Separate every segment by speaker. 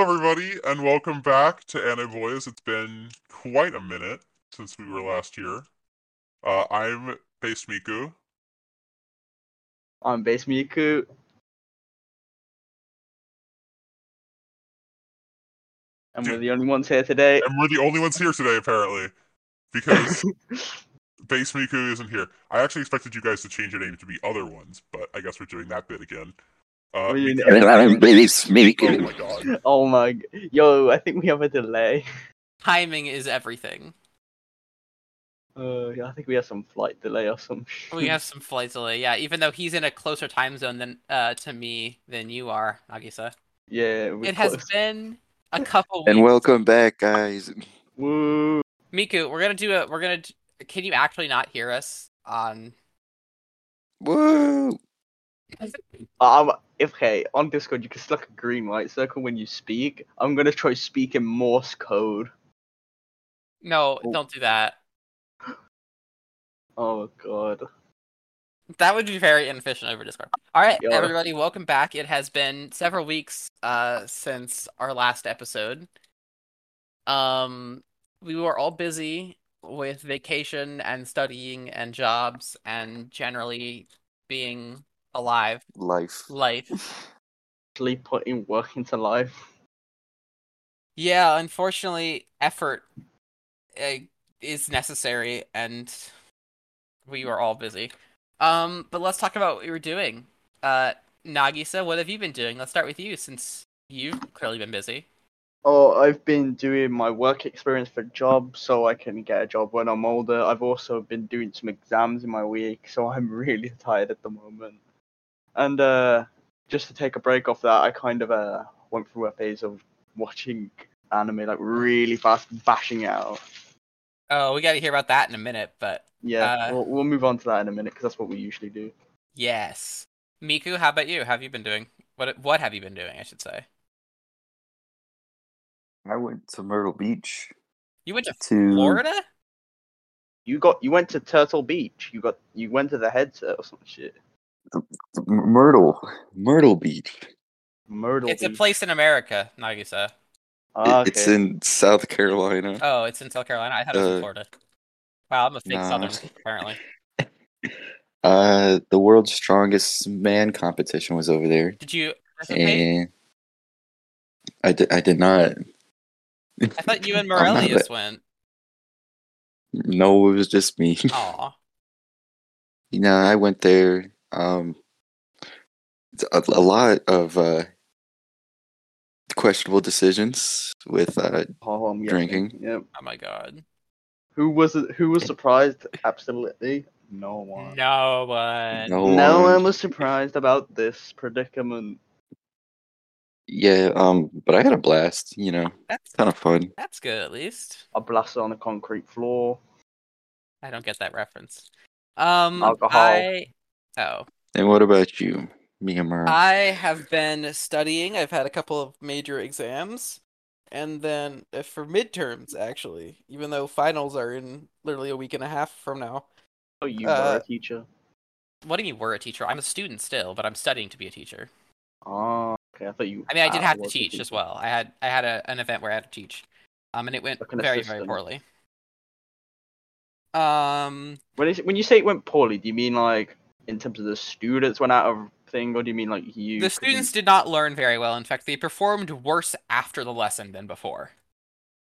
Speaker 1: everybody, and welcome back to Anime Boys. It's been quite a minute since we were last here. Uh, I'm Base Miku.
Speaker 2: on base Miku. And we're
Speaker 1: Dude.
Speaker 2: the only ones here today.
Speaker 1: and we're the only ones here today, apparently, because Base Miku isn't here. I actually expected you guys to change your name to be Other Ones, but I guess we're doing that bit again. Uh,
Speaker 2: Well, you
Speaker 1: Miku- oh
Speaker 2: know-
Speaker 1: my god!
Speaker 2: Oh my. g- Yo, I think we have a delay.
Speaker 3: Timing is everything.
Speaker 2: Uh, yeah, I think we have some flight delay or some shit.
Speaker 3: We have some flight delay. Yeah, even though he's in a closer time zone than uh, to me than you are, Nagisa.
Speaker 2: Yeah, we're
Speaker 3: It has
Speaker 2: close.
Speaker 3: been a couple.
Speaker 4: And
Speaker 3: weeks.
Speaker 4: welcome back, guys.
Speaker 2: Woo.
Speaker 3: Miku, we're gonna do a. We're gonna. d- Can you actually not hear us on?
Speaker 4: Woo!
Speaker 2: Um, if hey, on Discord you can select a green light circle when you speak. I'm gonna try speaking Morse code.
Speaker 3: No,
Speaker 2: Oh.
Speaker 3: don't do that.
Speaker 2: Oh god.
Speaker 3: That would be very inefficient over Discord. All right,
Speaker 2: Yeah.
Speaker 3: everybody, welcome back. It has been several weeks uh, since our last episode. Um, we were all busy with vacation and studying and jobs and generally being alive,
Speaker 4: Life.
Speaker 3: life.
Speaker 2: Actually putting work into life.
Speaker 3: Yeah, unfortunately, effort uh, is necessary, and we were all busy. Um, but let's talk about what we were doing. Uh, Nagisa, what have you been doing? Let's start with you, since you've clearly been busy.
Speaker 2: Oh, I've been doing my work experience for jobs so I can get a job when I'm older. I've also been doing some exams in my week, so I'm really tired at the moment. And uh, just to take a break off that, I kind of uh, went through a phase of watching anime like really fast, bashing it out.
Speaker 3: Oh, we got to hear about that in a minute, but
Speaker 2: Yeah,
Speaker 3: Uh,
Speaker 2: we'll, we'll move on to that in a minute because that's what we usually do.
Speaker 3: yes. Miku, how about you? How have you been doing? What what have you been doing, I should say?
Speaker 4: I went to Myrtle Beach
Speaker 3: You went to
Speaker 4: to.
Speaker 3: Florida?
Speaker 2: You got you went to Turtle Beach. You got you went to the headset or some shit.
Speaker 4: M- Myrtle. Myrtle Beach.
Speaker 2: Myrtle.
Speaker 3: It's a
Speaker 2: Beach.
Speaker 3: place in America, Nagisa.
Speaker 2: Ah,
Speaker 4: It- It's
Speaker 2: okay.
Speaker 4: in South Carolina.
Speaker 3: Oh, it's in South Carolina. I thought it was in
Speaker 4: Uh,
Speaker 3: Florida. Wow, I'm a fake
Speaker 4: no.
Speaker 3: Southern, apparently.
Speaker 4: Uh, the world's strongest man competition was over there,
Speaker 3: Did you participate?
Speaker 4: and I did. I did not.
Speaker 3: I thought you and
Speaker 4: I'm not
Speaker 3: Morelius went.
Speaker 4: No, it was just me.
Speaker 3: Aw.
Speaker 4: You know, I went there. Um, it's a, a lot of uh, questionable decisions with uh,
Speaker 2: Oh, I'm guessing.
Speaker 4: drinking.
Speaker 2: Yep.
Speaker 3: Oh my god.
Speaker 2: Who was who was surprised? Absolutely no one.
Speaker 3: No one.
Speaker 4: no,
Speaker 2: No
Speaker 4: one-
Speaker 2: one was surprised about this predicament.
Speaker 4: Yeah, um, but I had a blast. You know,
Speaker 3: That's
Speaker 4: kind of fun.
Speaker 3: that's good at least.
Speaker 2: A blaster on a concrete floor.
Speaker 3: I don't get that reference. Um
Speaker 2: Alcohol.
Speaker 3: I Oh.
Speaker 4: And what about you, Miyamura?
Speaker 3: I have been studying. I've had a couple of major exams and then uh, for midterms actually, even though finals are in literally a week and a half from now.
Speaker 2: Oh, you were
Speaker 3: Uh,
Speaker 2: a teacher.
Speaker 3: What do you mean were a teacher? I'm a student still, but I'm studying to be a teacher.
Speaker 2: Oh, okay. I thought you.
Speaker 3: I mean, I did
Speaker 2: ah,
Speaker 3: have to
Speaker 2: was a
Speaker 3: teach
Speaker 2: teacher.
Speaker 3: as well. I had I had a, an event where I had to teach, um, and it went
Speaker 2: Like an
Speaker 3: very very
Speaker 2: assistant.
Speaker 3: poorly. Um,
Speaker 2: When is, when you say it went poorly, do you mean like in terms of the students went out of thing, or do you mean like you?
Speaker 3: the
Speaker 2: couldn't-
Speaker 3: students did not learn very well. In fact, they performed worse after the lesson than before.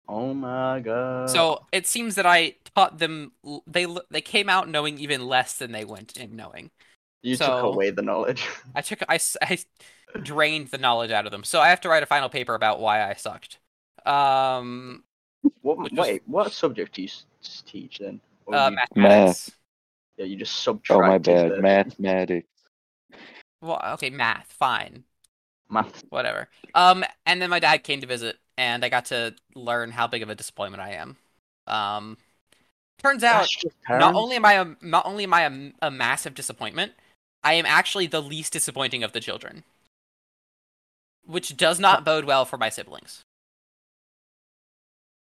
Speaker 2: Oh my god.
Speaker 3: so it seems that I taught them. l- They l- they came out knowing even less than they went in knowing.
Speaker 2: you took
Speaker 3: so-
Speaker 2: away the knowledge.
Speaker 3: I took I, s- I drained the knowledge out of them. So I have to write a final paper about why I sucked. Um,
Speaker 2: what?
Speaker 3: Which was-
Speaker 2: Wait, what subject do you s- s- teach then? Or
Speaker 3: uh,
Speaker 2: Oh, you,
Speaker 3: mathematics.
Speaker 2: yeah, you just subtracted.
Speaker 4: oh, my bad.
Speaker 2: the
Speaker 4: Mathematics.
Speaker 3: Well, okay, math. Fine.
Speaker 2: math.
Speaker 3: whatever. Um, and then my dad came to visit, and I got to learn how big of a disappointment I am. Um, turns out,
Speaker 2: That's just
Speaker 3: not
Speaker 2: terrible.
Speaker 3: only am I a, not only am I a, a massive disappointment, I am actually the least disappointing of the children, which does not bode well for my siblings.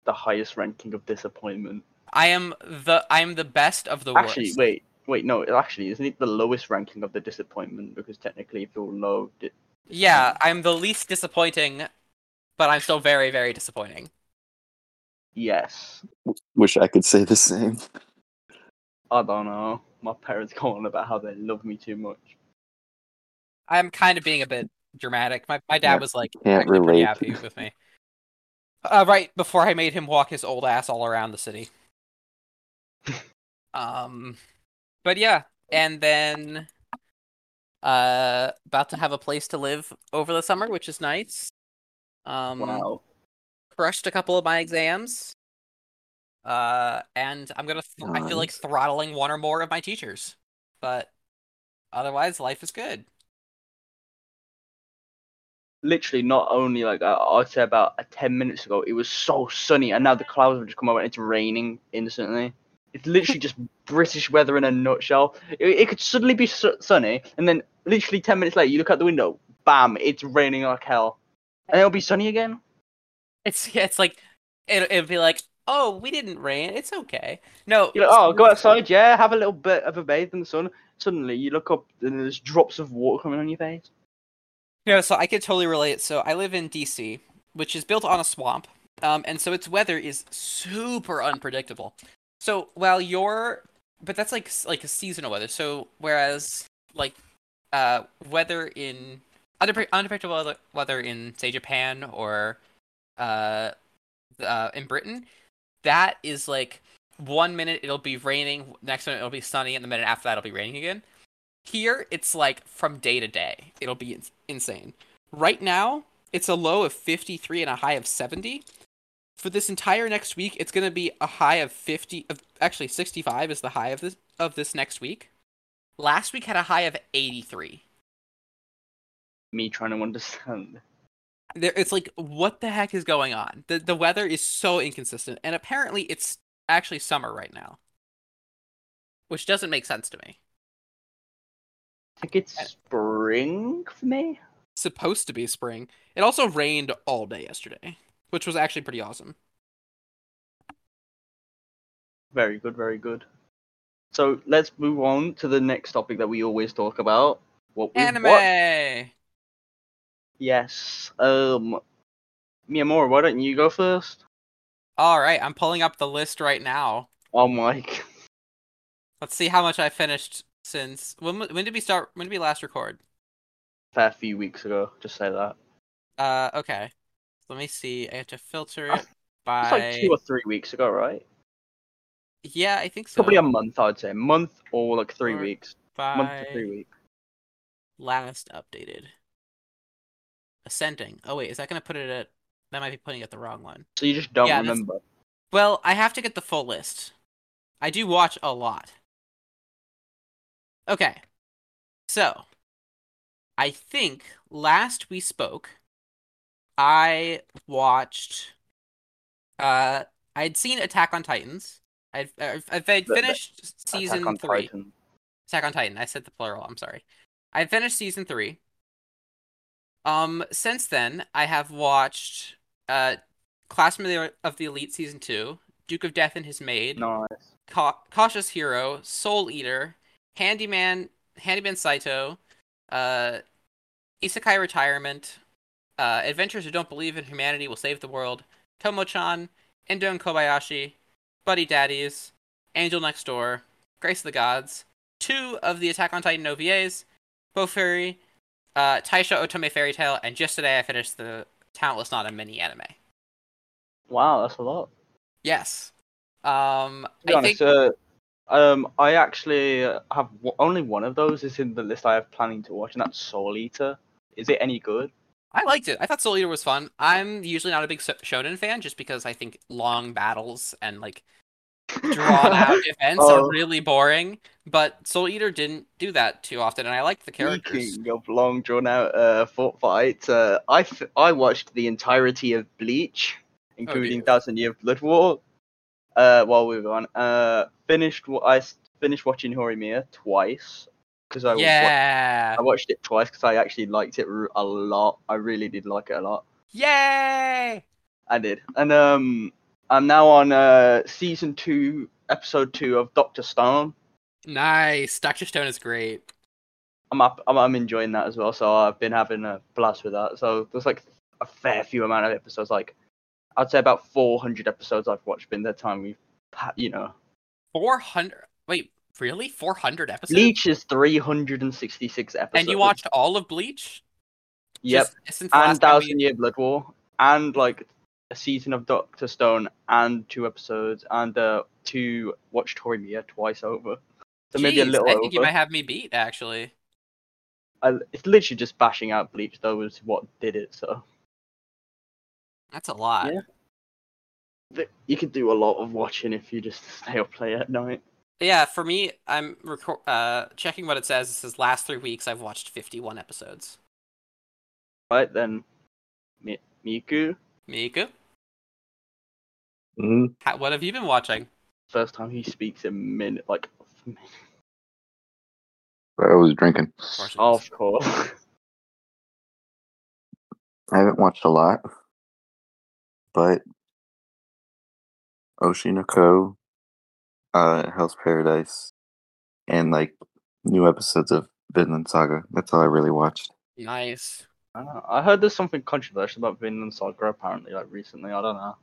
Speaker 2: the highest ranking of disappointment.
Speaker 3: I am the I am the best of the
Speaker 2: Actually,
Speaker 3: worst.
Speaker 2: wait, wait, no, it- actually, isn't it the lowest ranking of the disappointment? Because technically, if you're low, di-
Speaker 3: Yeah, I'm the least disappointing but I'm still very, very disappointing.
Speaker 2: Yes.
Speaker 4: Wish I could say the same.
Speaker 2: I don't know. My parents go on about how they love me too much.
Speaker 3: I'm kind of being a bit dramatic. My my dad
Speaker 4: Yeah,
Speaker 3: was like
Speaker 4: can't
Speaker 3: actually pretty
Speaker 4: relate.
Speaker 3: happy with me. Uh, right before I made him walk his old ass all around the city. Um, but yeah, and then uh, about to have a place to live over the summer, which is nice. Um,
Speaker 2: Wow.
Speaker 3: crushed a couple of my exams. Uh, and I'm gonna th- I feel like
Speaker 4: Nice.
Speaker 3: throttling one or more of my teachers, but otherwise life is good.
Speaker 2: Literally, not only like I, I'd say about uh, ten minutes ago, it was so sunny, and now the clouds have just come over and it's raining instantly. It's literally just British weather in a nutshell. It, it could suddenly be su- sunny, and then literally ten minutes later, you look out the window, bam, it's raining like hell, and it'll be sunny again.
Speaker 3: It's yeah, it's like it it'd be like, oh, we didn't rain. It's okay. No.
Speaker 2: You're like, oh, go outside, yeah, have a little bit of a bathe in the sun. Suddenly, you look up and there's drops of water coming on your face.
Speaker 3: No, so I could totally relate. So I live in DC, which is built on a swamp, um, and so its weather is super unpredictable. So while you're, but that's like s- like a seasonal weather. So whereas like uh, weather in unpre- unpredictable weather- weather in say Japan or uh, uh, in Britain, that is like one minute it'll be raining, next minute it'll be sunny, and the minute after that it'll be raining again. Here, it's like from day to day. It'll be ins- insane. Right now, it's a low of 53 and a high of 70. For this entire next week, it's going to be a high of 50 of actually 65 is the high of this of this next week. Last week had a high of 83.
Speaker 2: Me trying to understand.
Speaker 3: There it's like what the heck is going on? The the weather is so inconsistent and apparently it's actually summer right now. Which doesn't make sense to me.
Speaker 2: I think it's spring for me.
Speaker 3: supposed to be spring. It also rained all day yesterday, which was actually pretty awesome.
Speaker 2: Very good, very good. So let's move on to the next topic that we always talk about. What we
Speaker 3: Anime.
Speaker 2: Yes. Um, Miyamura, why don't you go first?
Speaker 3: All right, I'm pulling up the list right now.
Speaker 2: Oh my. g-
Speaker 3: Let's see how much I finished since when when did we start when did we last record?
Speaker 2: Fair few weeks ago. Just say that.
Speaker 3: Uh okay. Let me see. I have to filter
Speaker 2: I-
Speaker 3: it by
Speaker 2: It's like two or three weeks ago, right?
Speaker 3: Yeah, I think so.
Speaker 2: Probably a month, I'd say. Month or like three
Speaker 3: Or
Speaker 2: weeks.
Speaker 3: by
Speaker 2: Month to three weeks.
Speaker 3: last updated. Ascending. Oh wait, is that going to put it at that might be putting it the wrong one.
Speaker 2: So you just don't
Speaker 3: Yeah, that's-
Speaker 2: remember.
Speaker 3: Well, I have to get the full list. I do watch a lot. Okay. So, I think last we spoke, I watched uh I'd seen Attack on Titans. I'd I'd, I'd
Speaker 2: the-
Speaker 3: finished season
Speaker 2: Attack on
Speaker 3: 3.
Speaker 2: Titan.
Speaker 3: Attack on Titan. I said the plural. I'm sorry. I finished season three. Um, since then, I have watched uh, Classroom of the, of the Elite season two, Duke of Death and His Maid,
Speaker 2: Nice.
Speaker 3: Ca- Cautious Hero, Soul Eater, Handyman, Handyman Saito, uh, Isekai Retirement, uh, Adventures Who Don't Believe in Humanity Will Save the World, Tomo-chan, Endo and Kobayashi, Buddy Daddies, Angel Next Door, Grace of the Gods, two of the Attack on Titan OVAs, Bo Fairy, uh, Taisha Otome Fairy Tale, and just today I finished the Talentless Not a mini anime.
Speaker 2: Wow, that's a lot.
Speaker 3: Yes. Um,
Speaker 2: To be
Speaker 3: I
Speaker 2: honest,
Speaker 3: think
Speaker 2: uh, um, I actually uh, have w- only one of those is in the list I have planning to watch, and that's Soul Eater. Is it any good?
Speaker 3: I liked it. I thought Soul Eater was fun. I'm usually not a big so- shonen fan just because I think long battles and like drawn out events
Speaker 2: Oh.
Speaker 3: are really boring. But Soul Eater didn't do that too often, and I liked the characters.
Speaker 2: Speaking of long drawn out uh, fort fights, uh, I, f- I watched the entirety of Bleach,
Speaker 3: Oh,
Speaker 2: including
Speaker 3: dear.
Speaker 2: Thousand Year Blood War, uh, while we were on. Uh, finished wa- I s- finished watching Horimiya twice because I wa-
Speaker 3: yeah,
Speaker 2: I watched it twice because I actually liked it r- a lot. I really did like it a lot.
Speaker 3: yay!
Speaker 2: I did. And um I'm now on uh season two, episode two of Doctor Stone.
Speaker 3: Nice. Doctor Stone is great.
Speaker 2: I'm up I'm, I'm enjoying that as well, so I've been having a blast with that. So there's like a fair few amount of episodes. Like, I'd say about 400 episodes I've watched in the time we've, pa- you know,
Speaker 3: Four hundred. Wait, really? Four hundred episodes.
Speaker 2: Bleach is 366 episodes.
Speaker 3: And you watched all of Bleach?
Speaker 2: yep,
Speaker 3: Just, since the
Speaker 2: and
Speaker 3: last time we-
Speaker 2: Thousand Year Blood War, and like a season of Doctor Stone, and two episodes, and uh, two Watch Torimiya twice over. So maybe a
Speaker 3: Jeez,
Speaker 2: little
Speaker 3: I think you
Speaker 2: over.
Speaker 3: might have me beat actually.
Speaker 2: I, it's literally just bashing out Bleach though was what did it. So
Speaker 3: That's a lot.
Speaker 2: Yeah. th- you could do a lot of watching if you just stay up late at night.
Speaker 3: Yeah, for me, I'm record uh checking what it says. It says last three weeks I've watched 51 episodes.
Speaker 2: Right then, Mi- Miku,
Speaker 3: Miku,
Speaker 2: Mm-hmm.
Speaker 5: hmm
Speaker 3: how, what have you been watching?
Speaker 2: first time he speaks in minute, like
Speaker 4: But I was drinking.
Speaker 3: Portions.
Speaker 2: of course.
Speaker 4: I haven't watched a lot, but Oshinoko, uh, Hell's Paradise, and like new episodes of Vinland Saga. That's all I really watched.
Speaker 3: Nice.
Speaker 2: I don't know. I heard there's something controversial about Vinland Saga apparently, like recently. I don't know.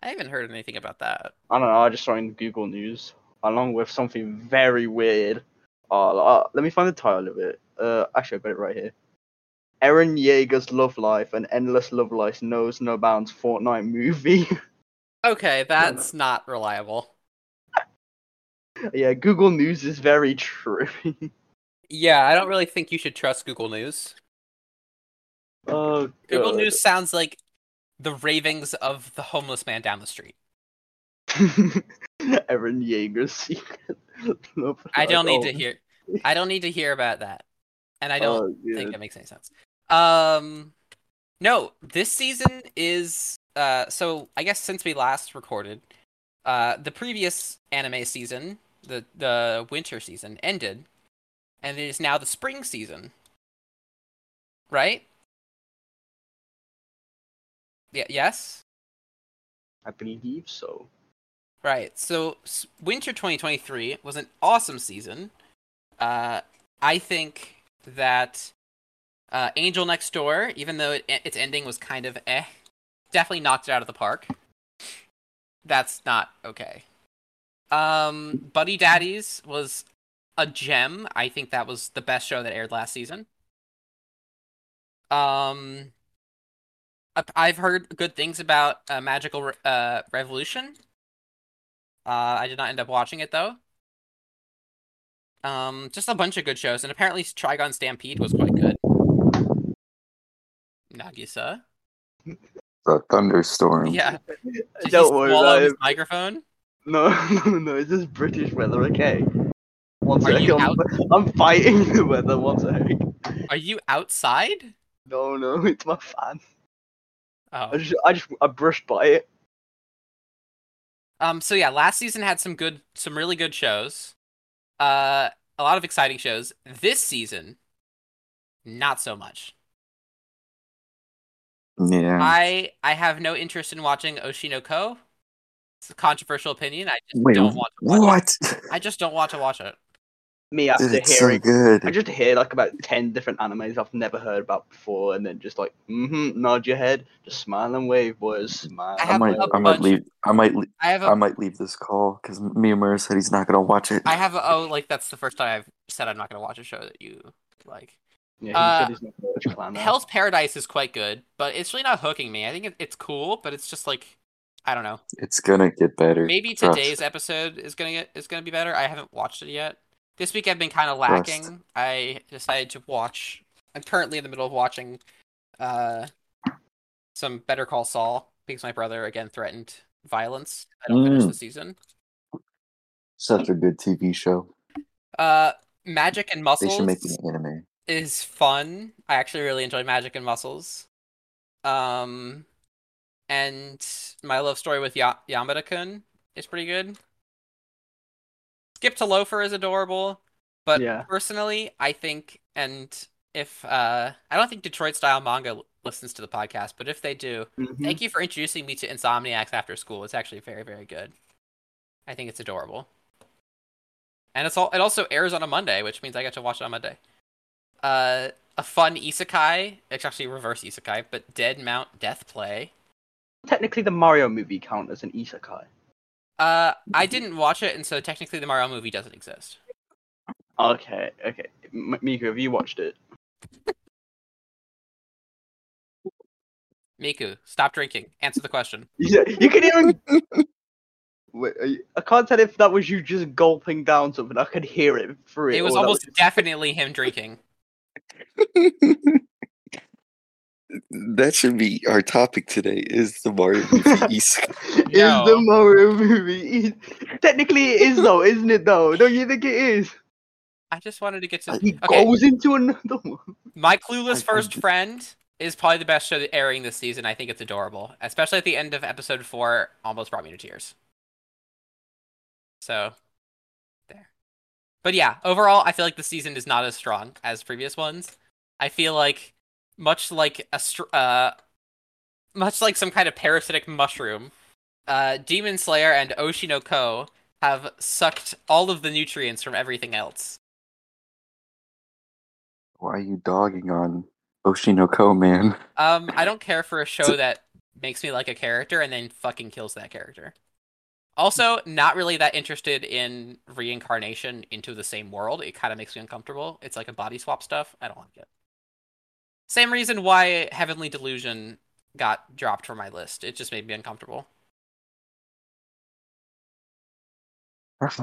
Speaker 3: I haven't heard anything about that.
Speaker 2: I don't know. I just saw it in Google News along with something very weird. Uh, uh, let me find the title of it. Uh, actually, I got it right here. Aaron Yeager's Love Life: An Endless Love Life Knows No Bounds Fortnite movie.
Speaker 3: Okay, that's not reliable.
Speaker 2: yeah, Google News is very true.
Speaker 3: Yeah, I don't really think you should trust Google News.
Speaker 2: oh,
Speaker 3: Google
Speaker 2: God.
Speaker 3: News sounds like the ravings of the homeless man down the street.
Speaker 2: Aaron Yeager's secret. love
Speaker 3: I don't
Speaker 2: life.
Speaker 3: need to
Speaker 2: Oh,
Speaker 3: hear. I don't need to hear about that. And I don't
Speaker 2: oh,
Speaker 3: think
Speaker 2: yeah.
Speaker 3: that makes any sense. Um, no, this season is uh. So I guess since we last recorded, uh, the previous anime season, the the winter season ended, and it is now the spring season. Right? Yeah. Yes.
Speaker 2: I believe so.
Speaker 3: Right. So s- winter 2023 was an awesome season. Uh, I think that uh, Angel Next Door, even though it, e, its ending was kind of eh, definitely knocked it out of the park. That's not okay. Um, Buddy Daddies was a gem. I think that was the best show that aired last season. Um, I- I've heard good things about uh, Magical Re- uh, Revolution. Uh, I did not end up watching it though. Um, just a bunch of good shows, and apparently Trigon Stampede was quite good. Nagisa,
Speaker 4: The thunderstorm.
Speaker 3: yeah, did
Speaker 2: Oh. don't
Speaker 3: he
Speaker 2: worry
Speaker 3: swallow
Speaker 2: about
Speaker 3: his
Speaker 2: it.
Speaker 3: microphone?
Speaker 2: No, no, no, it's just British weather, okay? One
Speaker 3: Are
Speaker 2: sec,
Speaker 3: you
Speaker 2: I'm, I'm fighting the weather, one sec.
Speaker 3: Are you outside?
Speaker 2: No, no, it's my fan. I
Speaker 3: Oh,
Speaker 2: just, I just, I brushed by it.
Speaker 3: um. So yeah, last season had some good, some really good shows. Uh, a lot of exciting shows. This season, not so much.
Speaker 2: Hmm.
Speaker 4: Yeah.
Speaker 3: I I have no interest in watching Oshinoko. It's a controversial opinion. I just
Speaker 4: Wait,
Speaker 3: don't want to watch it.
Speaker 4: what?
Speaker 3: I just don't want to watch it.
Speaker 2: Me after
Speaker 4: Dude, it's so
Speaker 2: hearing,
Speaker 4: good.
Speaker 2: I just hear like about 10 different animes I've never heard about before, and then just like, mm hmm, nod your head, just smile and wave, boys, smile.
Speaker 3: I
Speaker 4: I
Speaker 2: and
Speaker 3: have
Speaker 4: might,
Speaker 3: a
Speaker 2: wave.
Speaker 4: I might
Speaker 3: bunch- Oh.
Speaker 4: leave. I might, le-
Speaker 3: I have a
Speaker 4: I might leave this call because me and Murray said he's not gonna watch it.
Speaker 3: I have a, oh like that's the first time I've said I'm not gonna watch a show that you like.
Speaker 2: Yeah, he
Speaker 3: uh,
Speaker 2: said he's not a Dutch clan now.
Speaker 3: Hell's Paradise is quite good, but it's really not hooking me. I think it, it's cool, but it's just like I don't know.
Speaker 4: It's gonna get better.
Speaker 3: Maybe
Speaker 4: Trust.
Speaker 3: today's episode is gonna get is gonna be better. I haven't watched it yet. This week I've been kind of
Speaker 4: Trust.
Speaker 3: lacking. I decided to watch. I'm currently in the middle of watching, uh, some Better Call Saul because my brother again threatened violence. if I don't finish
Speaker 4: Mm.
Speaker 3: the season.
Speaker 4: Such a good TV show.
Speaker 3: Uh, Magic and
Speaker 4: They
Speaker 3: Muscles.
Speaker 4: should make an anime.
Speaker 3: is fun. I actually really enjoy Magic and Muscles. Um, and my love story with ya- Yamada-kun is pretty good. Skip to Loafer is adorable, but
Speaker 2: Yeah.
Speaker 3: personally, I think, and if uh, I don't think Detroit Style Manga l- listens to the podcast, but if they do,
Speaker 2: Mhm.
Speaker 3: thank you for introducing me to Insomniacs After School. It's actually very, very good. I think it's adorable. And it's all it also airs on a Monday, which means I get to watch it on Monday. Uh a fun isekai. It's actually reverse isekai, but Dead Mount Death Play.
Speaker 2: Technically, the Mario movie count as an isekai.
Speaker 3: Uh, I didn't watch it, and so technically the Mario movie doesn't exist.
Speaker 2: Okay, okay. M- Miku, have you watched it?
Speaker 3: Miku, stop drinking. Answer the question.
Speaker 2: You, said- you can even. Wait, are you- I can't tell if that was you just gulping down something. I could hear it through it.
Speaker 3: It oh, was
Speaker 2: or that
Speaker 3: almost definitely him drinking.
Speaker 4: that should be our topic today. Is the Mario movie isekai?
Speaker 2: Is the
Speaker 3: No.
Speaker 2: Mario movie? Technically, it is though, isn't it? Though, don't you think it is?
Speaker 3: I just wanted to get to.
Speaker 2: He
Speaker 3: Okay.
Speaker 2: goes into another one.
Speaker 3: My
Speaker 4: I- I
Speaker 3: Clueless First
Speaker 4: d-
Speaker 3: Friend is probably the best show that airing this season. I think it's adorable, especially at the end of episode four. Almost brought me to tears. So, there. But yeah, overall, I feel like the season is not as strong as previous ones. I feel like much like a str- uh, much like some kind of parasitic mushroom, uh, Demon Slayer and Oshinoko have sucked all of the nutrients from everything else.
Speaker 4: Why are you dogging on Oshinoko, man?
Speaker 3: Um, I don't care for a show that makes me like a character and then fucking kills that character. Also, not really that interested in reincarnation into the same world. It kind of makes me uncomfortable. It's like a body swap stuff. I don't like it. Same reason why Heavenly Delusion got dropped from my list. It just made me uncomfortable.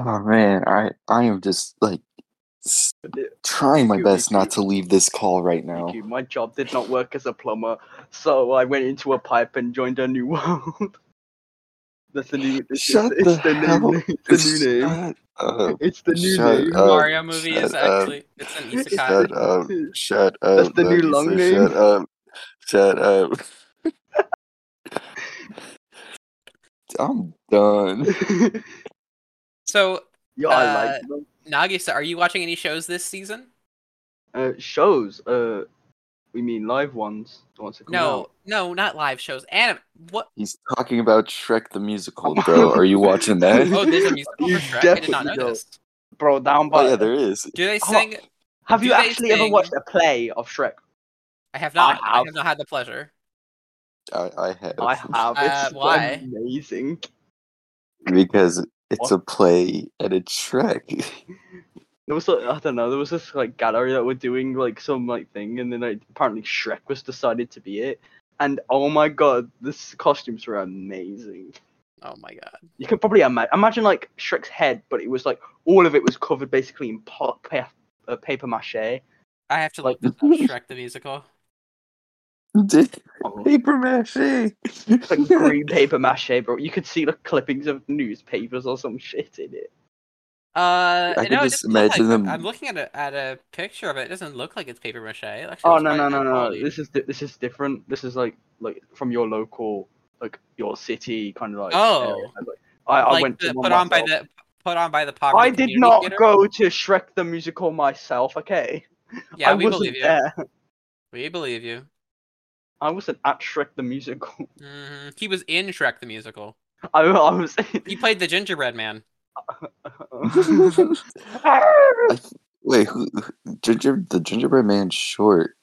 Speaker 4: Oh man, I I am just like s- trying my
Speaker 2: Miku,
Speaker 4: best
Speaker 2: Miku.
Speaker 4: not to leave this call right now.
Speaker 2: Thank you. My job did not work as a plumber, so I went into a pipe and joined a new world. That's the new. It's,
Speaker 4: Shut
Speaker 2: it's, it's
Speaker 4: the
Speaker 2: the new
Speaker 4: hell
Speaker 2: name. It's the new name.
Speaker 4: Shut up.
Speaker 2: It's the new
Speaker 4: Shut
Speaker 2: name.
Speaker 4: up. Oh,
Speaker 3: Mario movie
Speaker 4: shut
Speaker 3: is
Speaker 4: up.
Speaker 3: actually it's an
Speaker 2: Shut
Speaker 3: isekai.
Speaker 4: Shut up. Shut up.
Speaker 2: the new long
Speaker 4: Lisa,
Speaker 2: name.
Speaker 4: Shut up. Shut up. I'm done.
Speaker 3: So,
Speaker 2: yeah,
Speaker 3: Uh,
Speaker 2: I like them.
Speaker 3: Nagisa, are you watching any shows this season?
Speaker 2: Uh, shows. Uh, we mean live ones. The ones that come
Speaker 3: No,
Speaker 2: out.
Speaker 3: no, not live shows. Anime. What?
Speaker 4: He's talking about Shrek the musical, bro. Are you watching that?
Speaker 3: Oh, there's a musical
Speaker 2: You
Speaker 3: for Shrek. I did not
Speaker 2: definitely
Speaker 3: know
Speaker 2: know.
Speaker 3: this.
Speaker 2: Bro, down by.
Speaker 4: Oh yeah, there is.
Speaker 3: Do they
Speaker 2: How about-
Speaker 3: sing?
Speaker 2: Have
Speaker 3: do
Speaker 2: you
Speaker 3: they
Speaker 2: actually ever
Speaker 3: sing-
Speaker 2: watched a play of Shrek?
Speaker 3: I have not. I have,
Speaker 2: have.
Speaker 3: not had the pleasure.
Speaker 4: I, I have.
Speaker 2: I have.
Speaker 3: Uh,
Speaker 2: It's
Speaker 3: why?
Speaker 2: amazing.
Speaker 4: Because it's a play and it's Shrek.
Speaker 2: There was like, I don't know, there was this like gallery that were doing like some like thing and then like apparently Shrek was decided to be it. And oh my god, this costumes were amazing.
Speaker 3: Oh my god.
Speaker 2: You can probably ima- imagine like Shrek's head, but it was like all of it was covered basically in pa- pa- uh, paper mache.
Speaker 3: I have to
Speaker 2: Like-
Speaker 3: look this up. Shrek the musical.
Speaker 4: Paper mache.
Speaker 2: It's like green paper mache, bro. You could see like clippings of newspapers or some shit in it.
Speaker 3: Uh,
Speaker 4: I can
Speaker 3: no, it
Speaker 4: just
Speaker 3: doesn't look
Speaker 4: imagine
Speaker 3: like,
Speaker 4: them-
Speaker 3: I'm looking at a at a picture of it. It doesn't look like it's paper mache. It actually
Speaker 2: Oh
Speaker 3: looks
Speaker 2: no no
Speaker 3: quite high
Speaker 2: no no!
Speaker 3: quality.
Speaker 2: This is di- this is different. This is like like from your local like your city kind of like.
Speaker 3: Oh.
Speaker 2: area. Like, I, I
Speaker 3: like
Speaker 2: went to
Speaker 3: the,
Speaker 2: one
Speaker 3: put on by
Speaker 2: myself.
Speaker 3: the put on by the poverty.
Speaker 2: I did
Speaker 3: Community
Speaker 2: not
Speaker 3: Theater.
Speaker 2: go to Shrek the musical myself. Okay.
Speaker 3: Yeah,
Speaker 2: I
Speaker 3: we
Speaker 2: wasn't
Speaker 3: believe you.
Speaker 2: there.
Speaker 3: We believe you.
Speaker 2: I wasn't at Shrek the musical.
Speaker 3: hmm He was in Shrek the musical.
Speaker 2: I, I was.
Speaker 3: He played the gingerbread man.
Speaker 4: Wait, who, who- ginger the gingerbread man short?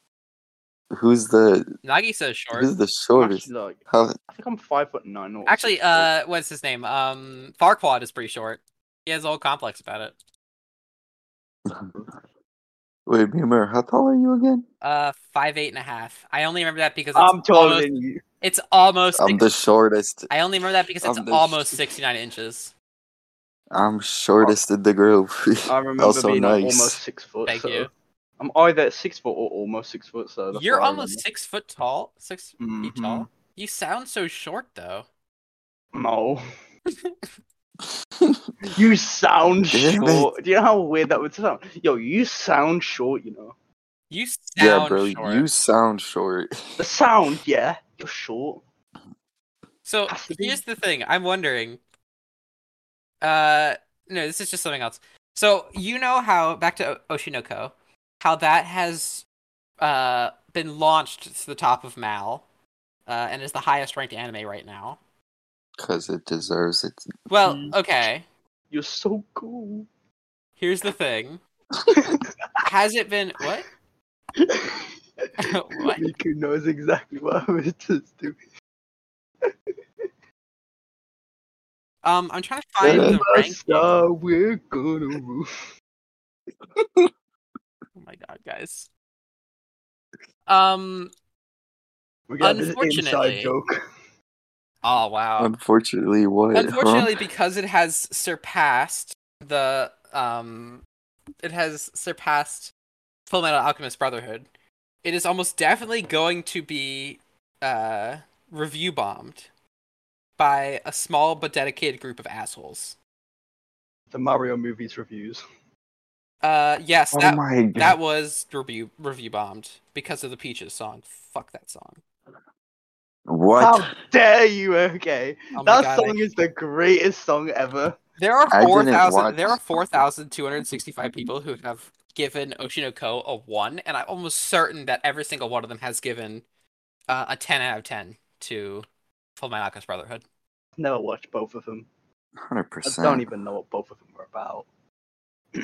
Speaker 4: Who's the
Speaker 3: Nagisa is short.
Speaker 4: who's the
Speaker 2: Actually,
Speaker 4: shortest?
Speaker 2: like,
Speaker 4: How
Speaker 2: I think I'm five foot nine. Or
Speaker 3: Actually, uh, what's his name? Um, Farquaad is pretty short. He has a whole complex about it.
Speaker 4: wait, Beamer, how tall are you again?
Speaker 3: Uh, five eight and a half. I only remember that because it's
Speaker 2: I'm taller
Speaker 3: almost.
Speaker 2: than you.
Speaker 3: It's almost.
Speaker 4: I'm
Speaker 3: six-
Speaker 4: the shortest.
Speaker 3: I only remember that because it's
Speaker 4: I'm the sh-
Speaker 3: almost sixty nine inches.
Speaker 2: Oh.
Speaker 4: I'm shortest in the group.
Speaker 2: I remember
Speaker 4: Also
Speaker 2: being like,
Speaker 4: nice.
Speaker 2: almost six foot.
Speaker 3: Thank
Speaker 2: so
Speaker 3: you.
Speaker 2: I'm either six foot or almost six foot. So that's
Speaker 3: You're
Speaker 2: what I
Speaker 3: almost six foot tall. 6
Speaker 2: remember.
Speaker 3: feet tall. You sound so short though.
Speaker 2: Mhm. No. You sound
Speaker 4: Damn it.
Speaker 2: short. Do you know how weird that would sound? Yo, you sound short, you know.
Speaker 3: You sound
Speaker 4: yeah, bro,
Speaker 3: short.
Speaker 4: you sound short.
Speaker 2: The sound, yeah. You're short.
Speaker 3: So
Speaker 2: Has to be.
Speaker 3: here's the thing. I'm wondering. Uh, no, this is just something else. So you know how back to O- Oshinoko, how that has uh been launched to the top of Mal, uh, and is the highest ranked anime right now.
Speaker 4: Because it deserves it.
Speaker 3: Well,
Speaker 2: Mm.
Speaker 3: okay.
Speaker 2: You're so cool.
Speaker 3: Here's the thing. has it been what? What?
Speaker 2: Miku knows exactly what I was just doing.
Speaker 3: Um, I'm trying to find the rank.
Speaker 2: Star, we're gonna rule.
Speaker 3: Oh my god, guys. Um.
Speaker 2: We got this inside
Speaker 3: Unfortunately-
Speaker 2: joke.
Speaker 3: Oh wow.
Speaker 4: Unfortunately, what? huh?
Speaker 3: Unfortunately, because it has surpassed the um, it has surpassed Full Metal Alchemist Brotherhood. It is almost definitely going to be uh review bombed by a small but dedicated group of assholes.
Speaker 2: The Mario movies reviews.
Speaker 3: Uh, yes,
Speaker 4: Oh
Speaker 3: that
Speaker 4: my god!
Speaker 3: that was review review bombed because of the Peaches song. Fuck that song.
Speaker 4: what?
Speaker 2: How dare you? Okay,
Speaker 3: Oh my
Speaker 2: that
Speaker 3: God, I-
Speaker 2: song is the greatest song ever.
Speaker 3: There are
Speaker 4: I
Speaker 3: four
Speaker 4: didn't
Speaker 3: thousand.
Speaker 4: watch-
Speaker 3: There are four thousand two hundred sixty-five people who have given Oshinoko a one, and I'm almost certain that every single one of them has given uh, a ten out of ten to Full Metal Alchemist Brotherhood.
Speaker 2: Never watched both of them.
Speaker 4: Hundred
Speaker 2: I don't e-,
Speaker 4: percent.
Speaker 2: even know what both of them were about.